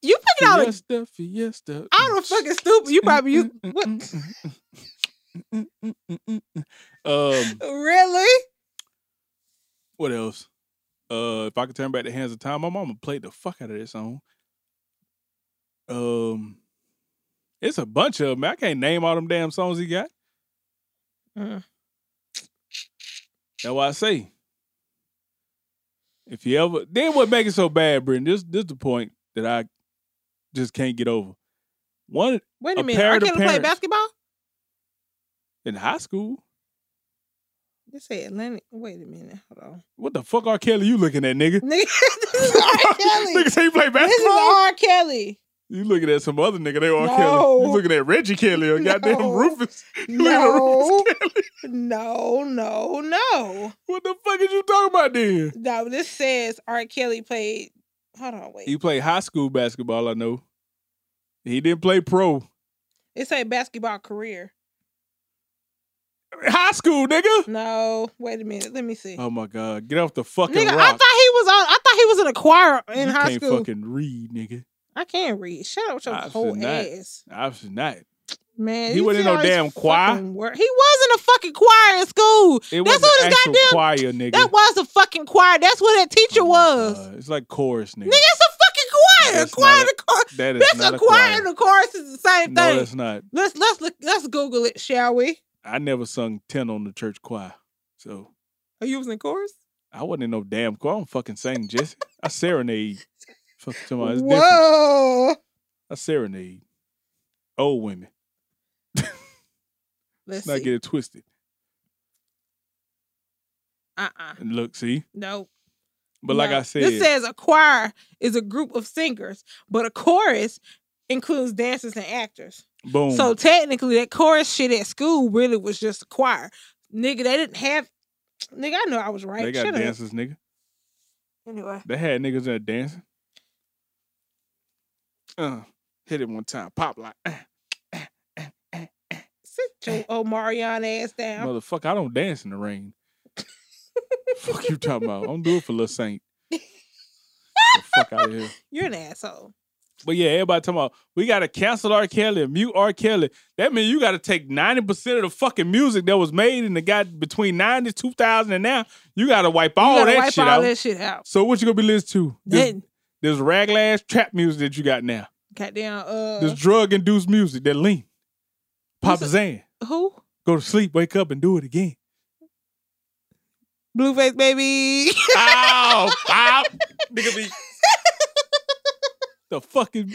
You picking out a, Fiesta. Fiesta. all the fucking stupid. You probably use what? Um, Really? what else? Uh, if I could turn back the hands of time, my mama played the fuck out of that song. Um, it's a bunch of them. I can't name all them damn songs he got. Mm. That's why I say, if you ever, then what make it so bad, Brittany? This this the point that I just can't get over. One Wait a, A minute. pair R. of the Kelly played parents. basketball? in high school. They say Atlantic. Wait a minute. Hold on. What the fuck, R. Kelly? You looking at nigga? Nigga, this is R. Kelly. nigga say you play this is basketball. R. Kelly. You looking at some other nigga? They R. No. Kelly. You looking at Reggie Kelly or goddamn No. Rufus? You looking at No. Rufus Kelly? No, no, no. What the fuck is you talking about then? No, this says R. Kelly played. Hold on, wait. He played high school basketball. I know. He didn't play pro. It say basketball career. High school, nigga. No, wait a minute. Let me see. Oh my god, get off the fucking Nigga, I rock. thought he was on. I thought he was in a choir in you high can't school. fucking read, nigga. I can't read. Shut up with your I whole should not. ass, Obviously not. man. He you wasn't in see no all these damn choir. fucking wor- He was in a fucking choir in school. It That's was the what his actual goddamn- choir, nigga. That was a fucking choir. That's what that teacher Oh my was. God, It's like chorus, nigga. Nigga, it's a fucking choir. That's choir, not to choir. That is That's not a choir and a chorus is the same No, thing. that's not. Let's let's look. Let's Google it, shall we? I never sung ten on the church choir, so Are you was in chorus? I wasn't in no damn choir. I don't fucking sing, Jesse. I serenade. Fuck you talking about. It's different. Whoa! I serenade old women. Let's Not see. get it twisted. uh uh And look, see, No. but like no. I said, this says a choir is a group of singers, but a chorus includes dancers and actors. boom. So technically, that chorus shit at school really was just a choir. Nigga, they didn't have. Nigga, I know I was right. they got Shut up. dancers, nigga. Anyway, They had niggas that dancing. Uh, hit it one time, pop like. eh. sit your Omarion ass down. Motherfucker, I don't dance in the rain. fuck you talking about? I don't do it for Lil Saint. Get the fuck out of here. You're an asshole. But yeah, everybody talking about we gotta cancel R. Kelly and mute R. Kelly. That means you gotta take 90% of the fucking music that was made in the guy between 90s, 2000 and now. You gotta wipe all you gotta that wipe shit all out. that shit out. So what you gonna be listening to? This, Then, this raglass trap music that you got now. goddamn, uh, This drug induced music that lean. Pop Who's Zan. who? Go to sleep, wake up, and do it again. Blueface baby. Ow! Ow! Nigga be. the fucking.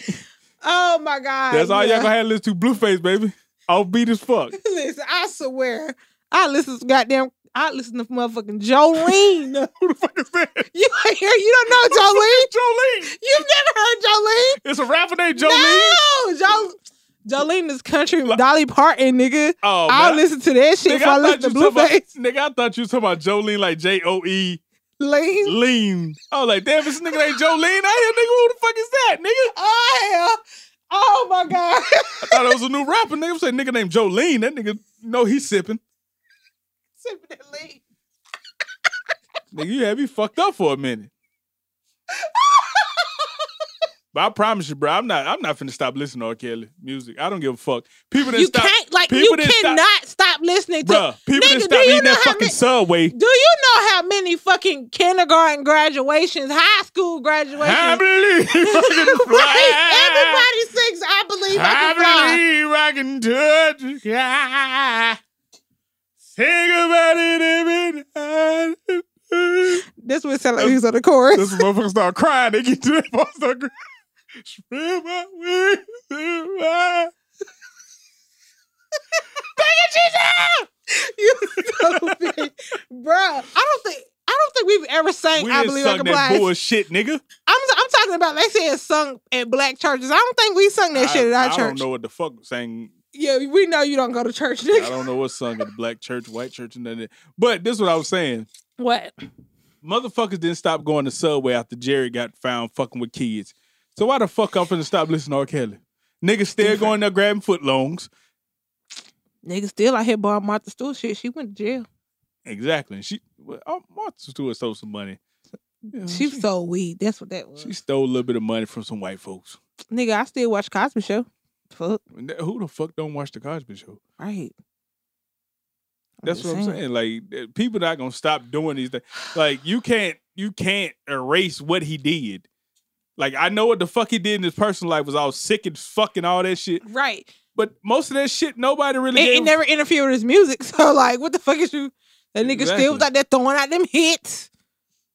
oh my god. That's all yeah. y'all gonna have to listen to Blueface, baby. I'll beat as fuck. Listen, I swear, I listen to goddamn, I listen to motherfucking Jolene. Who the fuck is that? you ain't hear? You don't know Jolene? Jolene! You've never heard Jolene? It's a rapper named Jolene. No, Jolene. Jolena's country Dolly Parton, nigga. Oh, I'll man. listen to that shit Nigga, before I I listen thought to you talking about, Blueface. nigga, I thought you talking about Jolene like J O E Lean. lean. I was like, damn, this nigga ain't Jolene. I hear nigga, who the fuck is that, nigga? Oh hell. Oh my God. I thought it was a new rapper. Nigga say nigga named Jolene. That nigga, no, he's sipping. Sipping that lean. Nigga, you had me fucked up for a minute. but I promise you, bro, I'm not. I'm not finna stop listening to R. Kelly music. I don't give a fuck. People that You stop, can't like people you that stop- cannot stop listening to Bruh, People Nigga, that do stop you eating know that how fucking many- subway. Do you know how many fucking kindergarten graduations, high school graduations? I believe I can fly. right? Everybody sings I believe I I can fly. believe I can touch the sky. Think about it every night. This would sound like he was on the chorus. This motherfucker start crying. They get to that part, start crying. Spread my wings. spread my- You stupid. Bruh. I don't think I don't think we've ever sang We I done believe I sung can that fly. bullshit, nigga. I'm I'm talking about they say it's sung at black churches. I don't think we sung that shit at I, I our church. don't know what the fuck sang. Yeah, we know you don't go to church, I nigga. don't know what's sung at the black church, white church, and that. But this is what I was saying. What? Motherfuckers didn't stop going to Subway after Jerry got found fucking with kids. So why the fuck I'm finna stop listening to R. Kelly? Niggas still going there grabbing footlongs. Nigga still out here borrowing Martha Stewart shit. She went to jail. Exactly. And she, well, oh, Martha Stewart stole some money. Yeah, Mm, She sold weed. That's what that was. she stole a little bit of money from some white folks. Nigga, I still watch Cosby Show. Fuck. And that- Who the fuck don't watch the Cosby Show? Right. I'm That's just what I'm saying. Like uh, people not gonna stop doing these things. Like you can't you can't erase what he did. Like I know what the fuck he did in his personal life was all sick and fucking all that shit. Right. But most of that shit nobody really. It, gave it a- never interfered with his music. So like, what the fuck is you? That nigga still was Exactly. out there throwing out them hits.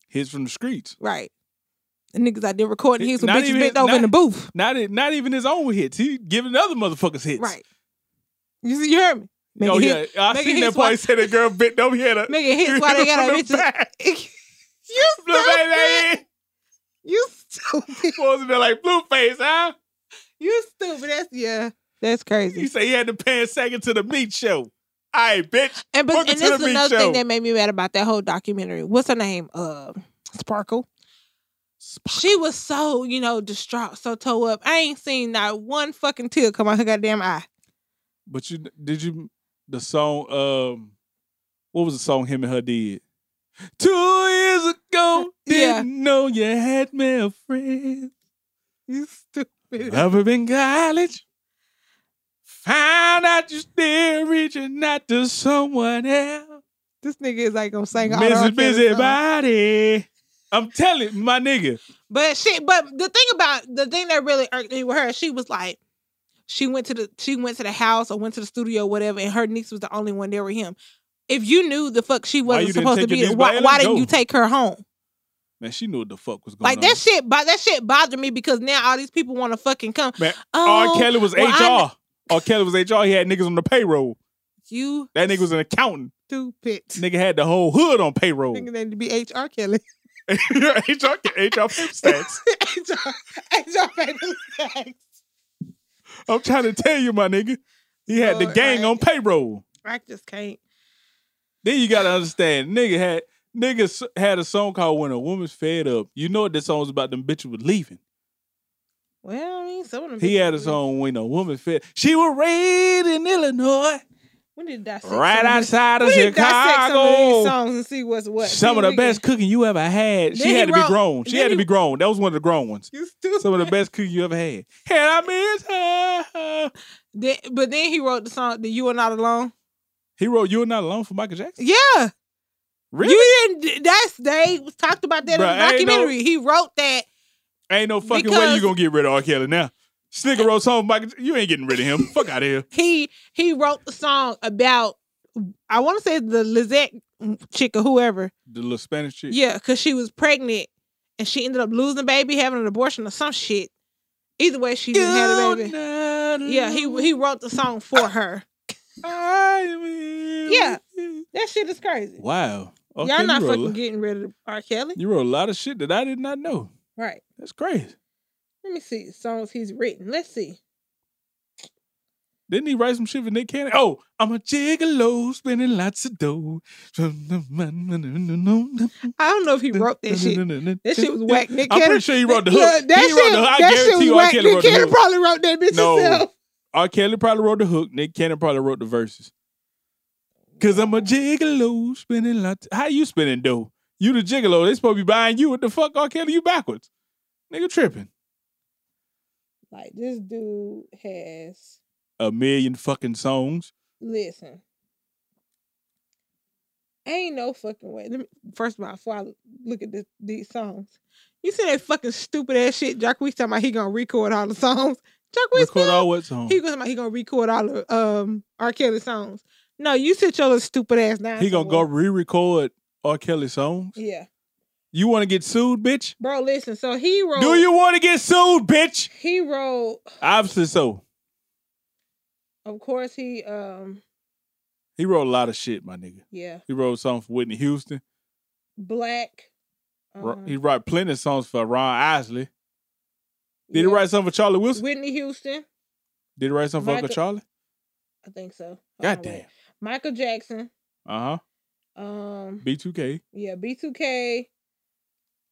hits from the streets. Right. The niggas out there recording It- his with not bitches even- bent over in the not- booth. Not e- not even his own hits. He giving other motherfuckers hits. Right. You see, you heard me. Nigga oh hit, yeah, I make it seen hit that part. He twice. said that girl bent over. He had a nigga hits why they got a from the bitch. back. You Blue stupid. baby, You stupid. was in there like blue face, huh? You stupid. That's yeah. That's He crazy. said he had to pan second to the meat show. All right, bitch. And but Welcome and to this the is Big another Show. thing that made me mad about that whole documentary. What's her name? Uh, Sparkle. She was so you know distraught, so toe up. I ain't seen not one fucking tear come out her goddamn eye. But you did you the song? Um, what was the song him and her did? Two years ago, Yeah. didn't know you had me a friend. You stupid. Ever in college? Found out you still reaching out to someone else. This nigga is like gonna sing all the R. Busy, Kelly busy songs. body. I'm telling my nigga. But shit, but the thing about the thing that really irked me with her, she was like, she went to the she went to the house or went to the studio, or whatever, and her niece was the only one there with him. If you knew the fuck she Why wasn't you didn't supposed to take your niece be, there, why, back? why Let's didn't go. you take her home? Man, she knew what the fuck was going Like on. that shit, but that shit bothered me because now all these people want to fucking come. Man, oh, R. Kelly was well, I HR. R. Kelly was HR. He had niggas on the payroll. You That nigga was an accountant. stupid. Nigga had the whole hood on payroll. Nigga named to be HR Kelly. HR, HR pimp stacks. HR, HR Family Sacks. I'm trying to tell you, my nigga. He had the Lord, gang right. on payroll. I just can't. Then you gotta understand, nigga had niggas had a song called "When a Woman's Fed Up." You know what that song was about? Them bitches was leaving. Well, I mean, some of them. He had a bitches- song "When a Woman's Fed." She was raised in Illinois, We need to dissect right some of these- outside of we need to dissect some of these Chicago. songs and see what's what. Some of See if the we best cooking you ever had. Then She he had to be wrote- grown. She then had to he- be grown. That was one of the grown ones. Can, you stupid. Some of the best cooking you ever had. And I miss her. Then, but then he wrote the song "The You Are Not Alone." He wrote "You're Not Alone" for Michael Jackson. Yeah, Really? you didn't. That's they was talked about that Bruh, in the I ain't know- documentary. He wrote that. Ain't no fucking way Because- you gonna get rid of R. Kelly now. Snicker wrote song, Michael. You ain't getting rid of him. Fuck out of here. He he wrote the song about. I want to say the Lizette chick or whoever. The little Spanish chick. Yeah, because she was pregnant and she ended up losing the baby, having an abortion or some shit. Either way, she didn't have a baby. Yeah, he he wrote the song for her. Yeah. That shit is crazy. Wow. Okay, Y'all not you, wrote, fucking a- getting rid of R. Kelly, you wrote a lot of shit that I did not know. right? That's crazy. Let me see songs he's written. Let's see. Didn't he write some shit for Nick Cannon? Oh, I'm a gigolo, spending lots of dough. I I don't know if he wrote that shit. That shit was whack. Nick I'm Cannon. pretty sure he wrote the Yeah, hook. that he wrote the shit- hook. I that guarantee shit you, R. whack. Kelly Nick wrote the Cannon hook. probably wrote that bitch No. himself. R. Kelly probably wrote the hook. Nick Cannon probably wrote the verses. Cause I'm a gigolo, spending lots. How you spending dough? You the gigolo. They supposed to be buying you. What the fuck, R. Kelly? You backwards, nigga tripping. Like this dude has A million fucking songs. listen. Ain't no fucking way. Let me, first of all, before I look at this, these songs, you see that fucking stupid ass shit. Jacquees talking about he gonna record all the songs. Jacquees Record said all what songs? he He, was talking about he gonna record all the um R. Kelly songs. No, you sit your little stupid ass down. gonna go somewhere. re-record R. Kelly songs. Yeah, You want to get sued, bitch? bro. Listen. So he wrote. Do you want to get sued, bitch? He wrote. Obviously so. Of course, he um He wrote a lot of shit, my nigga. yeah He wrote a song for Whitney Houston. black. Ro- um, He wrote plenty of songs for Ron Isley. Did he yeah. write something for Charlie Wilson? Whitney Houston? Did he write something for Uncle Michael- Oh, Charlie? I think so. Hold on, Goddamn. wait. Michael Jackson. Uh huh. Um. B2K. yeah. B2K. It's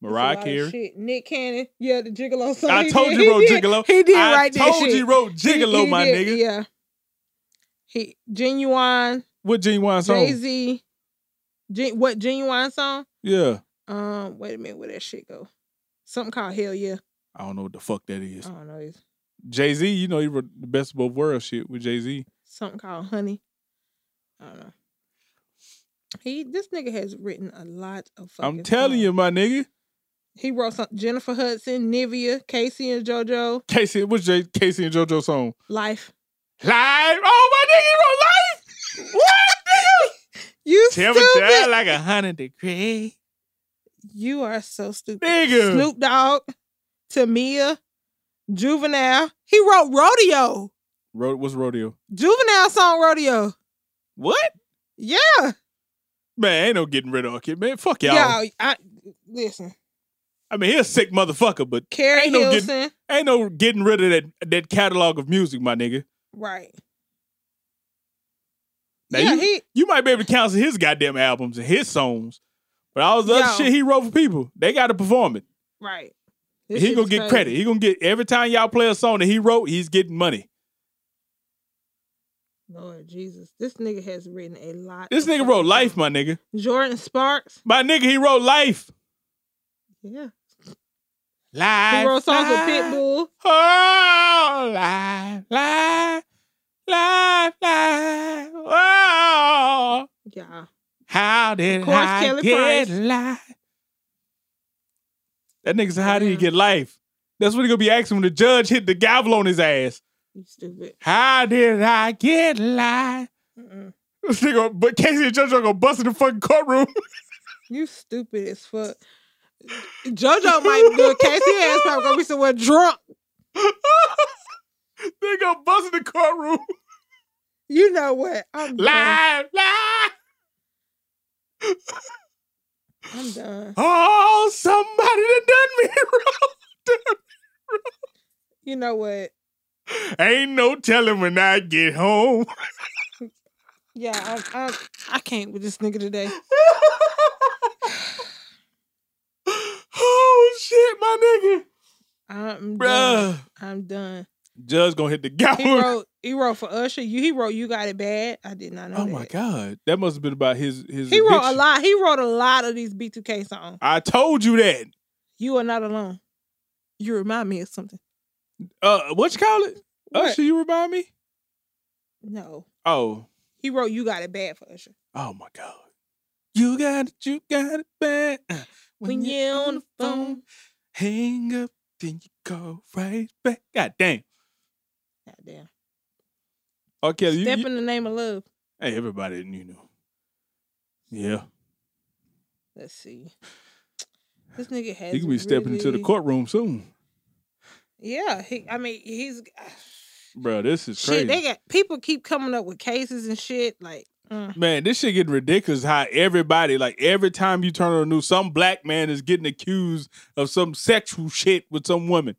a Mariah lot of Carey. shit. Nick Cannon. Yeah. The Gigolo song. I He told did- you he wrote did- Gigolo. He did I write that told shit. you wrote He- Gigolo, he my did, nigga. Yeah. He genuine What genuine song? Jay Z. Gen, what genuine song? Yeah. Um. Wait a minute. Where that shit go? Something called Hell Yeah. I don't know what the fuck that I is. don't know. It's Jay Z, you know, he wrote the best of both worlds shit with Jay Z. something called Honey. I don't know. He this nigga has written a lot of fucking. I'm telling songs. you, my nigga. He wrote some Jennifer Hudson, Nivea, Casey and JoJo, Casey, what's Jay, Casey and JoJo song? Life. Live. Oh, my nigga, he wrote Live. You Temperature stupid. like a hundred degree. You are so stupid. Nigga. Snoop Dogg, Tamia, Juvenile. He wrote Rodeo. Ro- what's rodeo? Juvenile song Rodeo. What? Yeah. Man, ain't no getting rid of kid, man. Fuck y'all. Yeah. I listen. I mean, he a sick motherfucker, but Carrie Ain't no Hilson. getting- ain't no getting rid of that that catalog of music, my nigga. right. Now yeah, you, he you might be able to counsel his goddamn albums and his songs, but all the other Yo. shit he wrote for people, they got to perform it. right. This He shit gonna is get crazy. credit. He gonna get every time y'all play a song that he wrote, he's getting money. Lord Jesus. This nigga has written a lot. This of nigga fucking wrote Life, songs. my nigga. Jordan Sparks. My nigga, he wrote Life. Yeah. Life. He wrote songs with life. Pitbull. Oh, life, life, life, life. Oh, Yeah. how did Of course, I Kelly get Price. life? That nigga said, "How did he Yeah. get life?" That's what he gonna be asking when the judge hit the gavel on his ass. You stupid. How did I get life? Mm-mm. This nigga, but Casey and Judge are gonna bust in the fucking courtroom. You stupid as fuck. JoJo might be good. Casey ass probably gonna be somewhere drunk. they gonna bust in the courtroom. You know what? I'm done. Live, live. I'm done. Oh, somebody done done me wrong. You know what? Ain't no telling when I get home. Yeah, I'm, I'm, I can't with this nigga today. oh shit, my I'm nigga, done. bruh. I'm done. Judge gonna hit the He gavel. wrote. He wrote for Usher. You. He wrote. You got it bad. I did not know. Oh that. my god, that must have been about his his. He wrote a addiction. lot. He wrote a lot of these B2K songs. I told you that. You are not alone. You remind me of something. Uh, what you call it? What? Usher, you remind me. No. Oh, He wrote. You got it bad for Usher. oh my god. You got it, you got it bad. Uh, When, you're on the phone. hang up, then you call right back. God damn. Goddamn. Okay, you, Step you- in the name of love. hey everybody, you know. Yeah, Let's see. This nigga has. he could be stepping into the really- courtroom soon, Yeah, he. I mean, he's ah, bro. This is crazy. shit. They got people keep coming up with cases and shit. Like, mm, Man, this shit getting ridiculous. How everybody, like every time you turn on the news, some black man is getting accused of some sexual shit with some woman.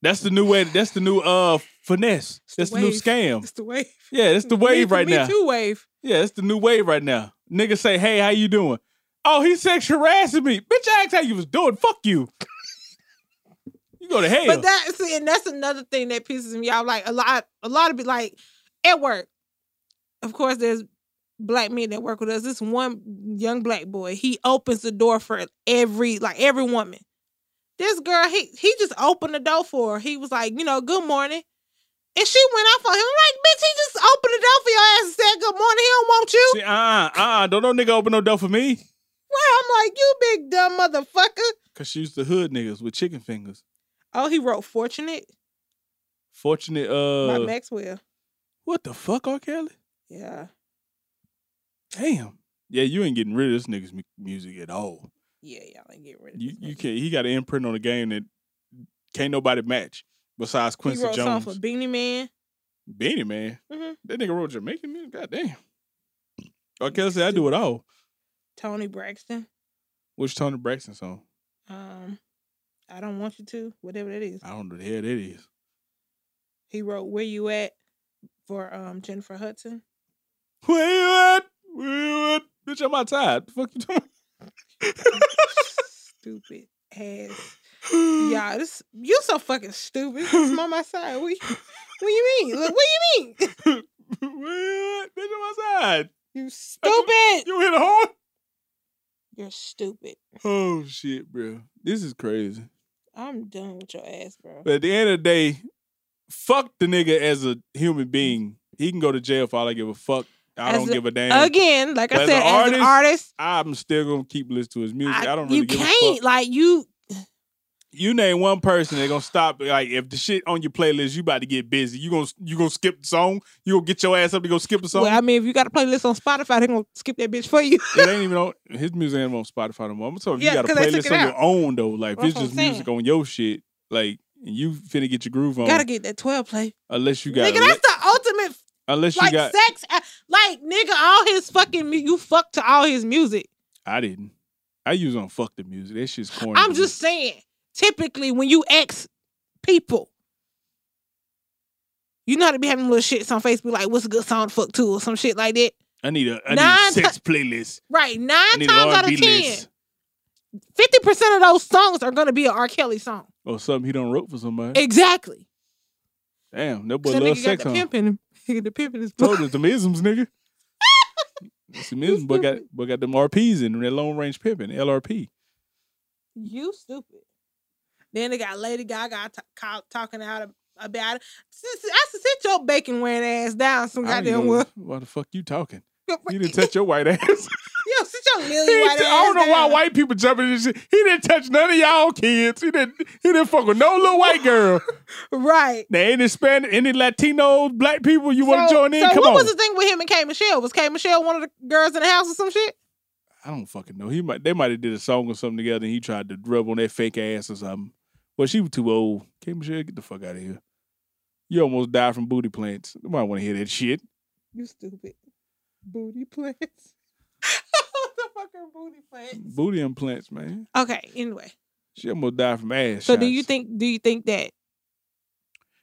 That's the new way. That's the new uh finesse. It's the That's the new wave. scam. It's the wave. Yeah, that's the Oh. wave me, right me now. too wave. Yeah, it's the new wave right now. Niggas say, "Hey, how you doing?" Oh, he sexual harassing me, bitch. I asked how you was doing. Fuck you. you go to hell. But that see, and that's another thing that pisses me off. Like a lot, a lot of be like at work. Of course, there's black men that work with us. This one young black boy, he opens the door for every like every woman. This girl, he he just opened the door for her. He was like, you know, good morning. And she went off on him. I'm like, bitch, he just opened the door for your ass and said good morning. He don't want you. See, uh, uh, uh, don't no nigga open no door for me. Well, I'm like, you big dumb motherfucker. Cause she used to hood niggas with chicken fingers. Oh, he wrote Fortunate Fortunate, by uh, Maxwell. what the fuck, R. Kelly? Yeah. Damn. Yeah, you ain't getting rid of this nigga's mu- music at all. Yeah, y'all ain't get rid of You this you nigga. can't. He got an imprint on the game that can't nobody match besides Quincy he wrote a song Jones. for Beanie Man. Beanie man, Mhm. that nigga wrote Jamaican music. God damn. R. Kelly said I do it all. Tony Braxton. Which Tony Braxton song? Um, I don't want you to. Whatever that is. I don't know the hell that is. He wrote "Where You At" for um Jennifer Hudson. Wait, what? Wait, what? Bitch, I'm outside. The fuck you doing? Stupid ass. Y'all, this you so fucking stupid. This is on my side. What, you- what you mean? Look, what you mean? Wait, what? Bitch, I'm outside. You stupid. You hit a horn? You're stupid. Oh shit, bro. This is crazy. I'm done with your ass, bro. But at the end of the day, fuck the nigga as a human being. He can go to jail for all I give a fuck. I As don't a- give a damn. Again, like I As an said, as an artist, artist, I'm still gonna keep listening to his music. I, don't really you give a can't fuck. like you. You name one person that gonna stop. Like if the shit on your playlist, you about to get busy. You gonna you gonna skip the song. You gonna get your ass up to go skip the song. well, I mean, if you got a playlist on Spotify, they gonna skip that bitch for you. it ain't even on his music ain't on Spotify no more. I'm talking if Yeah, you got a 'cause they took playlist it on out. your own though. Like if That's it's what I'm just music on your shit, like and you finna get your groove on. Gotta get that twelve play, unless you got nigga. That's the ultimate unless you like got sex. uh, Like nigga, all his fucking mu- you fuck to all his music. I didn't. I use on fuck the music. That shit's corny. to I'm me. just saying. Typically, when you ex people, you know how to be having little shits on Facebook like "What's a good song to fuck to" or some shit like that. I need a I Nine need a sex playlist. I Right? Nine need times an out R&B of ten, list fifty percent of those songs are gonna be an R. Kelly song. or something he done wrote for somebody. Exactly. Damn, that boy That loves nigga got sex the on. pimp in him. He got the pimp in his Told us them isms, nigga. Some isms, but got but got them RPs in them, that long range pimping LRP. You stupid. Then they got Lady Gaga t- call, talking out about it. Sis- I said, sit your bacon wearing ass down some I don't even goddamn know well. Why the fuck you talking? Yo, You didn't touch your white ass. sit your He lily white t- ass I don't know why down. white people jumping this shit. He didn't touch none of y'all kids. He didn't. He didn't fuck with no little white girl. Right. Now any Hispanic, any Latinos, black people you want to So- join in? so Come what on. was the thing with him and K Michelle? Was K Michelle one of the girls in the house or some shit? I don't fucking know. He might. They might have did a song or something together, and he tried to rub on that fake ass or something. Well, she was too old. K Michelle, get the fuck out of here. You almost died from booty plants. Nobody want to hear that shit. You stupid. Booty plants. the fucking booty plants. Booty implants, man. Okay, anyway. She almost died from ass. So do shots. you think do you think that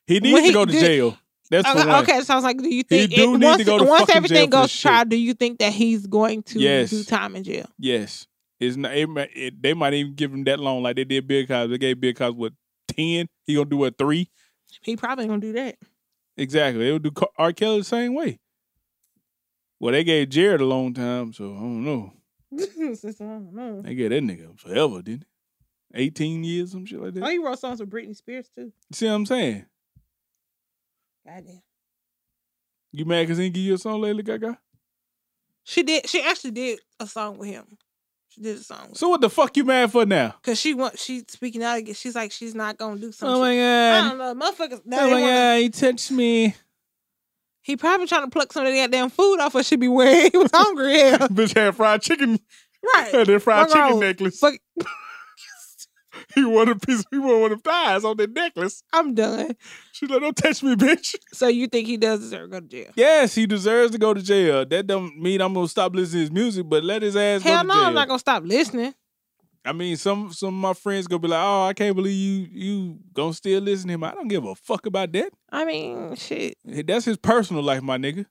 he needs when to he go to did- jail? That's for okay, one. okay, so I was like, do you He think do need to once, go to once fucking everything jail for goes this to trial, do you think that he's going to Yes. do time in jail? Yes, it's not. It, might- it, they might even give him that long, like they did Bill Cosby. They gave Bill Cosby what ten. He gonna do what three? He probably gonna do that. Exactly. They would do Ca- R. Kelly the same way. Well, they gave Jared a long time, so I don't know. Since I don't know. They gave that nigga forever, didn't they? 18 years, some shit like Oh, that. he wrote songs with Britney Spears too. See what I'm saying? Goddamn. You mad because he didn't give you a song lately, Gaga? She did. She actually did a song with him. She did a song with So what the fuck you mad for now? because she want she's speaking out again. She's like she's not gonna do something. Oh my I god. don't know, motherfuckers. Now Oh they my wanna, god, he touched me. He probably trying to pluck some of that damn food off her. She be wearing. He was hungry. Yeah. Bitch had fried chicken. right. that fried Fuck wrong. necklace. Fuck. He wanted a piece. He wanted one of them thighs on that necklace. I'm done. She's like, don't touch me, bitch. So you think he does deserve to go to jail? Yes, he deserves to go to jail. That don't mean I'm gonna stop listening to his music, but let his ass Hell go to no, jail. I'm not gonna stop listening. I mean, some some of my friends gonna be like, "Oh, I can't believe you you gonna still listen to him." I don't give a fuck about that. I mean, shit. That's his personal life, my nigga.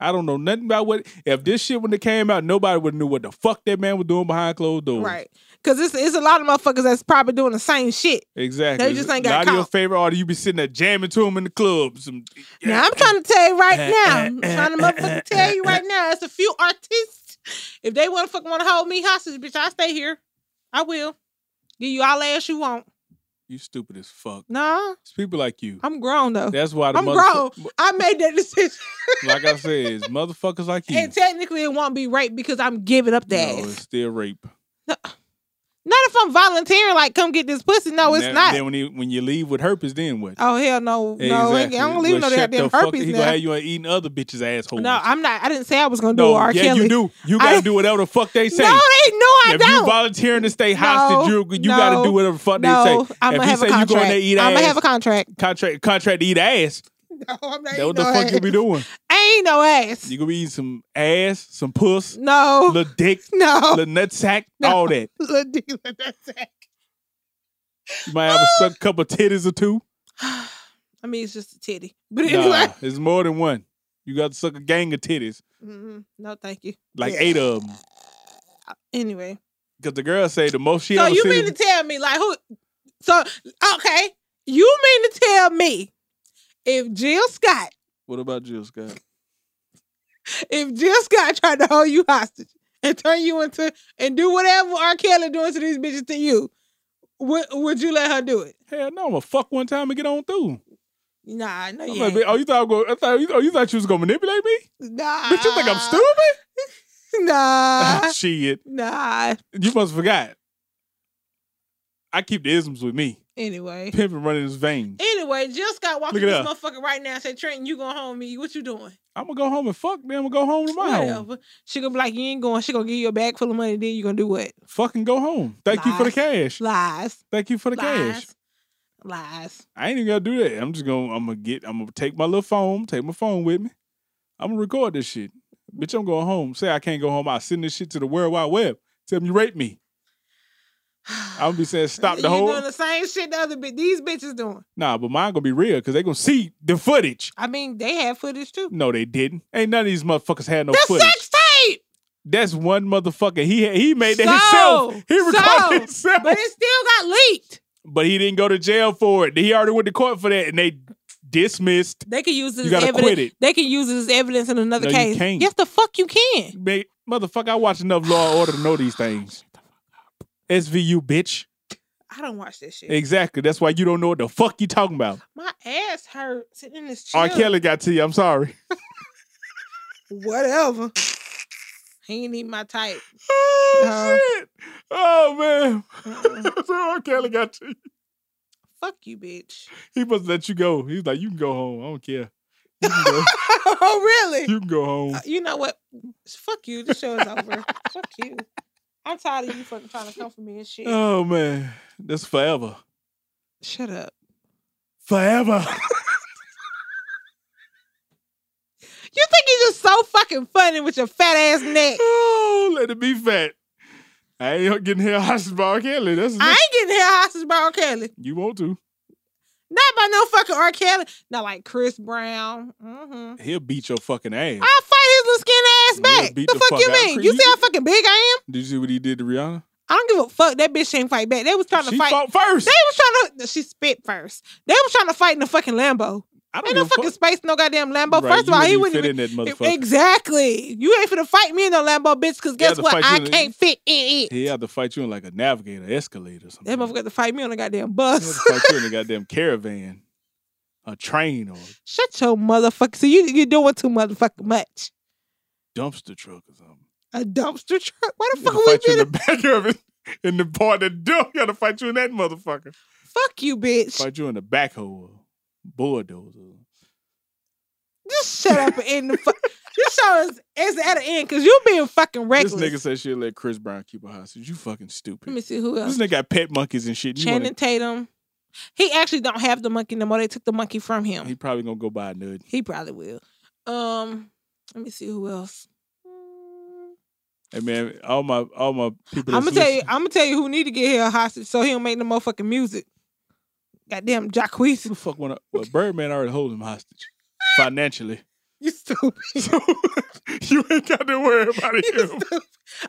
I don't know nothing about what. If this shit when it came out, nobody would knew what the fuck that man was doing behind closed doors. Right. Because it's, it's a lot of motherfuckers that's probably doing the same shit. Exactly. They just ain't A lot got of your caught. favorite artists, you be sitting there jamming to him in the club. Some, Now, I'm trying to tell you right Eh, now. I'm trying to motherfucking tell you right now. It's a few artists. If they want to fucking want to hold me hostage, bitch, I'll stay here. I will. Give you all ass you want. you stupid as fuck. Nah, It's people like you. I'm grown though. That's why the I'm motherfuck- I made that decision. Like I said, it's motherfuckers like you. And technically, it won't be rape because I'm giving up the No, it's ass. still rape. Not if I'm volunteering, like, come get this pussy. No, it's Now- not. Then when you when you leave with herpes, then what? Oh, hell no. No, I Exactly. don't leave Well, no shut goddamn the fuck- herpes He gonna now. have you ain't eating other bitches' assholes. No, I'm not. I didn't say I was going to do No, a R. yeah, Kelly. you do. You I- gotta do whatever the fuck they say. No, they no, I if you don't. volunteering to stay hostage, No, you you gotta no, do whatever the fuck no, they say. I'm if gonna he have say a you contract. going there eat I'm ass, gonna have a contract. contract contract to eat ass. No, I'm not That what the fuck you be doing? I ain't no ass. You gonna be eating some ass, some puss, no, little dick, no. little nut sack, No. all that. Little dick, little nutsack. You might have a suck cup of titties or two. I mean, it's just a titty. But Nah, anyway, it's more than one. You got to suck a gang of titties, Mhm. no, thank you. like Yeah. eight of them. Anyway, Cause the girl say the most she so ever you seen. mean to tell me like who? So okay, you mean to tell me if Jill Scott, what about Jill Scott? if Jill Scott tried to hold you hostage and turn you into and do whatever R. Kelly doing to these bitches to you, would would you let her do it? Hell no, I'm gonna fuck one time and get on through. Nah, no, I'm you like, ain't. oh, you thought I'm gonna, I thought, oh, you thought you was gonna manipulate me? Nah, Bitch, you think Uh-huh. I'm stupid? Nah, Shit, nah. you must have forgot. I keep the isms with me. Anyway, Pimping running his veins. anyway, Jill Scott walking Look at this motherfucker right now. and Say Trenton, you going home? Me? What you doing? I'm gonna go home and fuck. Then I'm gonna go home to my home. Whatever. She gonna be like, you ain't going. She gonna give you a bag full of money. Then you gonna do what? Fucking go home. Thank you for the cash. Lies. Thank you for the Lies. cash. Lies. I ain't even gonna do that. I'm just gonna I'm gonna get I'm gonna take my little phone, take my phone with me. I'm gonna record this shit. Bitch, I'm going home. Say I can't go home. I'll send this shit to the World Wide Web. Tell them you rape me. I'm gonna be saying stop the you whole doing the same shit the other bit these bitches doing. Nah, but mine gonna be real because they gonna see the footage. I mean, they had footage too. No, they didn't. Ain't none of these motherfuckers had no The footage. sex tape, That's one motherfucker. He he made that So, himself. He recorded so, himself. but it still got leaked. but he didn't go to jail for it. He already went to court for that, and they dismissed. They can use it You as gotta evidence. quit it. They can use it as evidence in another No, you case. can't. Yes, the fuck you can. Ma- Motherfucker, I watch enough Law and Order to know these things. SVU, bitch. I don't watch this shit. Exactly. That's why you don't know what the fuck you talking about. My ass hurt sitting in this chair. R. Kelly got to you. I'm sorry. Whatever. He ain't even my type. Oh, No. shit. Oh, man. Mm-mm. so R. Kelly got to you. fuck you, bitch. He must let you go. He's like, you can go home. I don't care. You can go, oh, really? you can go home. Uh, you know what? Fuck you. The show is over. Fuck you. I'm tired of you fucking trying to come for me and shit. Oh, man. That's forever. Shut up. Forever. You think you're just so fucking funny with your fat ass neck? oh, let it be fat. I ain't getting here hostage by R. Kelly. That's I ain't getting held hostage by R. Kelly. you want to. Not by no fucking R. Kelly. Not like Chris Brown. Mm-hmm. He'll beat your fucking ass. I'll fight his little skinny Yeah, ass back. beat the, the fuck, fuck you out of mean? Chris. You see how fucking big I am? Did you see what he did to Rihanna? I don't give a fuck. That bitch ain't fight back. They was trying to she fight. fought first. They was trying to. She spit first. They was trying to fight in the fucking Lambo. I don't Ain't give no a fuck. fucking space, no goddamn Lambo. Right, First you of all, he wouldn't fit even e- in that motherfucker. Exactly. You ain't finna fight me in no Lambo, bitch, because guess to what? fight you I in a- can't fit in it. He had to fight you in like a navigator, escalator, or something. That motherfucker had to fight me on a goddamn He had bus. to fight you in a goddamn caravan, a train, or a Shut your motherfucker. So you you doing too motherfucking much. dumpster truck or something. A dumpster truck. Why the He had fuck to are we fight you in getting? the back of it, in the part that dump. He had to fight you in that motherfucker. Fuck you, bitch. Fight you in the backhoe, or bulldozer. Just shut up and end the fuck. This show is, is at an end because you being fucking reckless. This nigga said she'll let Chris Brown keep her hostage. You fucking stupid. Let me see who This else. nigga got pet monkeys and shit. You wanna- Channing Tatum. He actually don't have the monkey no more. They took the monkey from him. he probably gonna go buy a nudge. He probably will. Um, let me see who else. Mm, Hey man, all my all my people. I'm that's gonna tell you. listening- I'm gonna tell you who need to get held hostage so he don't make no motherfucking music. Goddamn, Who Jacquees, the fuck wanna? Well, Birdman already hold him hostage financially. you stupid. So you ain't got to worry about You him. stupid.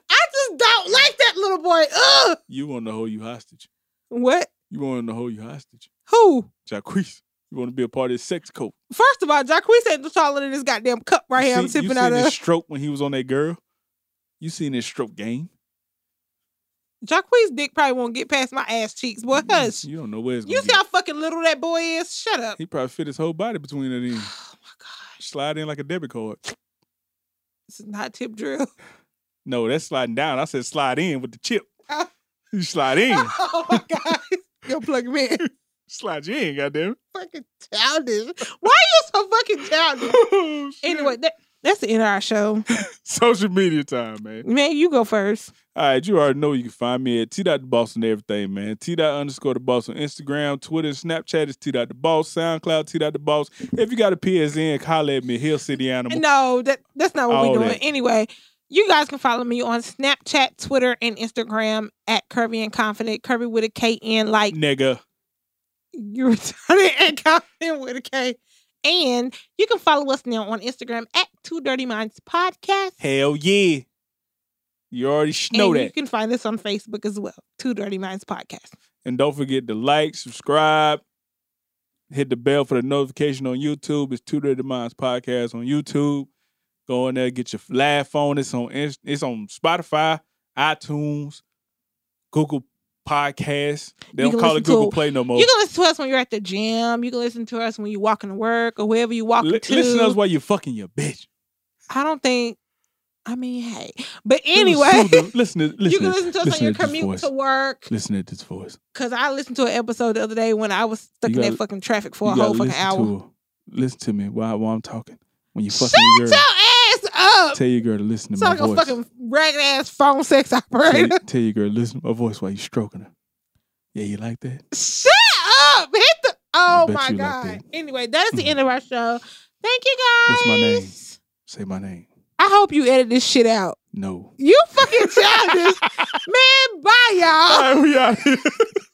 I just don't like that little boy. Ugh. You want to hold you hostage. What? You want to hold you hostage. Who? Jacquees, you want to be a part of his sex cult. First of all, Jacquees ain't taller than this goddamn cup right You here. I'm seen- you sipping out seen of. his stroke when he was on that girl. You seen his stroke game? Jacquees' dick probably won't get past my ass cheeks, boy. Hush. You don't know where it's You going. see how fucking little that boy is? Shut up. He probably fit his whole body between it in. Oh my gosh. Slide in like a debit card. This is not tip drill. No, that's sliding down. I said slide in with the chip. Oh. You slide in. Oh my gosh. Yo, plug him in. slide you in, goddamn. fucking childish. Why are you so fucking childish? Oh, shit. Anyway, that, that's the end of our show. Social media time, man. Man, you go first. All right, you already know you can find me at T dot the boss on everything, man. T dot underscore the boss on Instagram, Twitter, and Snapchat is T dot the boss, SoundCloud T dot the boss. If you got a PSN, holler at me, Hill City Animal. No, that that's not what All we're doing. that. Anyway, you guys can follow me on Snapchat, Twitter, and Instagram at Kirby and Confident. Kirby with a K in like Nigga, you retarded and confident with a K. And you can follow us now on Instagram at Two Dirty Minds Podcast. hell yeah. You already know and that. you can find us on Facebook as well. Two Dirty Minds Podcast. And don't forget to like, subscribe, hit the bell for the notification on YouTube. It's Two Dirty Minds Podcast on YouTube. Go in there, get your laugh on. It's on Inst- it's on Spotify, iTunes, Google Podcasts. They You don't can call it listen to- Google Play no more. You can listen to us when you're at the gym. You can listen to us when you're walking to work or wherever you walking Li- to. listen to us while you're fucking your bitch. I don't think. I mean, hey, but Little anyway, soothing. listen to listen. you can listen to us on your this commute voice. to work. Listen to this voice. Cause I listened to an episode the other day when I was stuck You in gotta- that fucking traffic for You a whole gotta fucking listen hour. To her. Listen to me while, while I'm talking. When you fucking Shut your your girl, ass up! tell your girl to listen to Sound like my a voice. fucking ragged ass phone sex Tell, operator. you- tell your girl, listen to my voice while you stroking her. Yeah, you like that? Shut up! Hit the oh bet my you like god. that. anyway, that's the Mhm. end of our show. Thank you guys. What's my name? Say my name. I hope you edit this shit out. No. You fucking childish, man. Bye, y'all. we out here.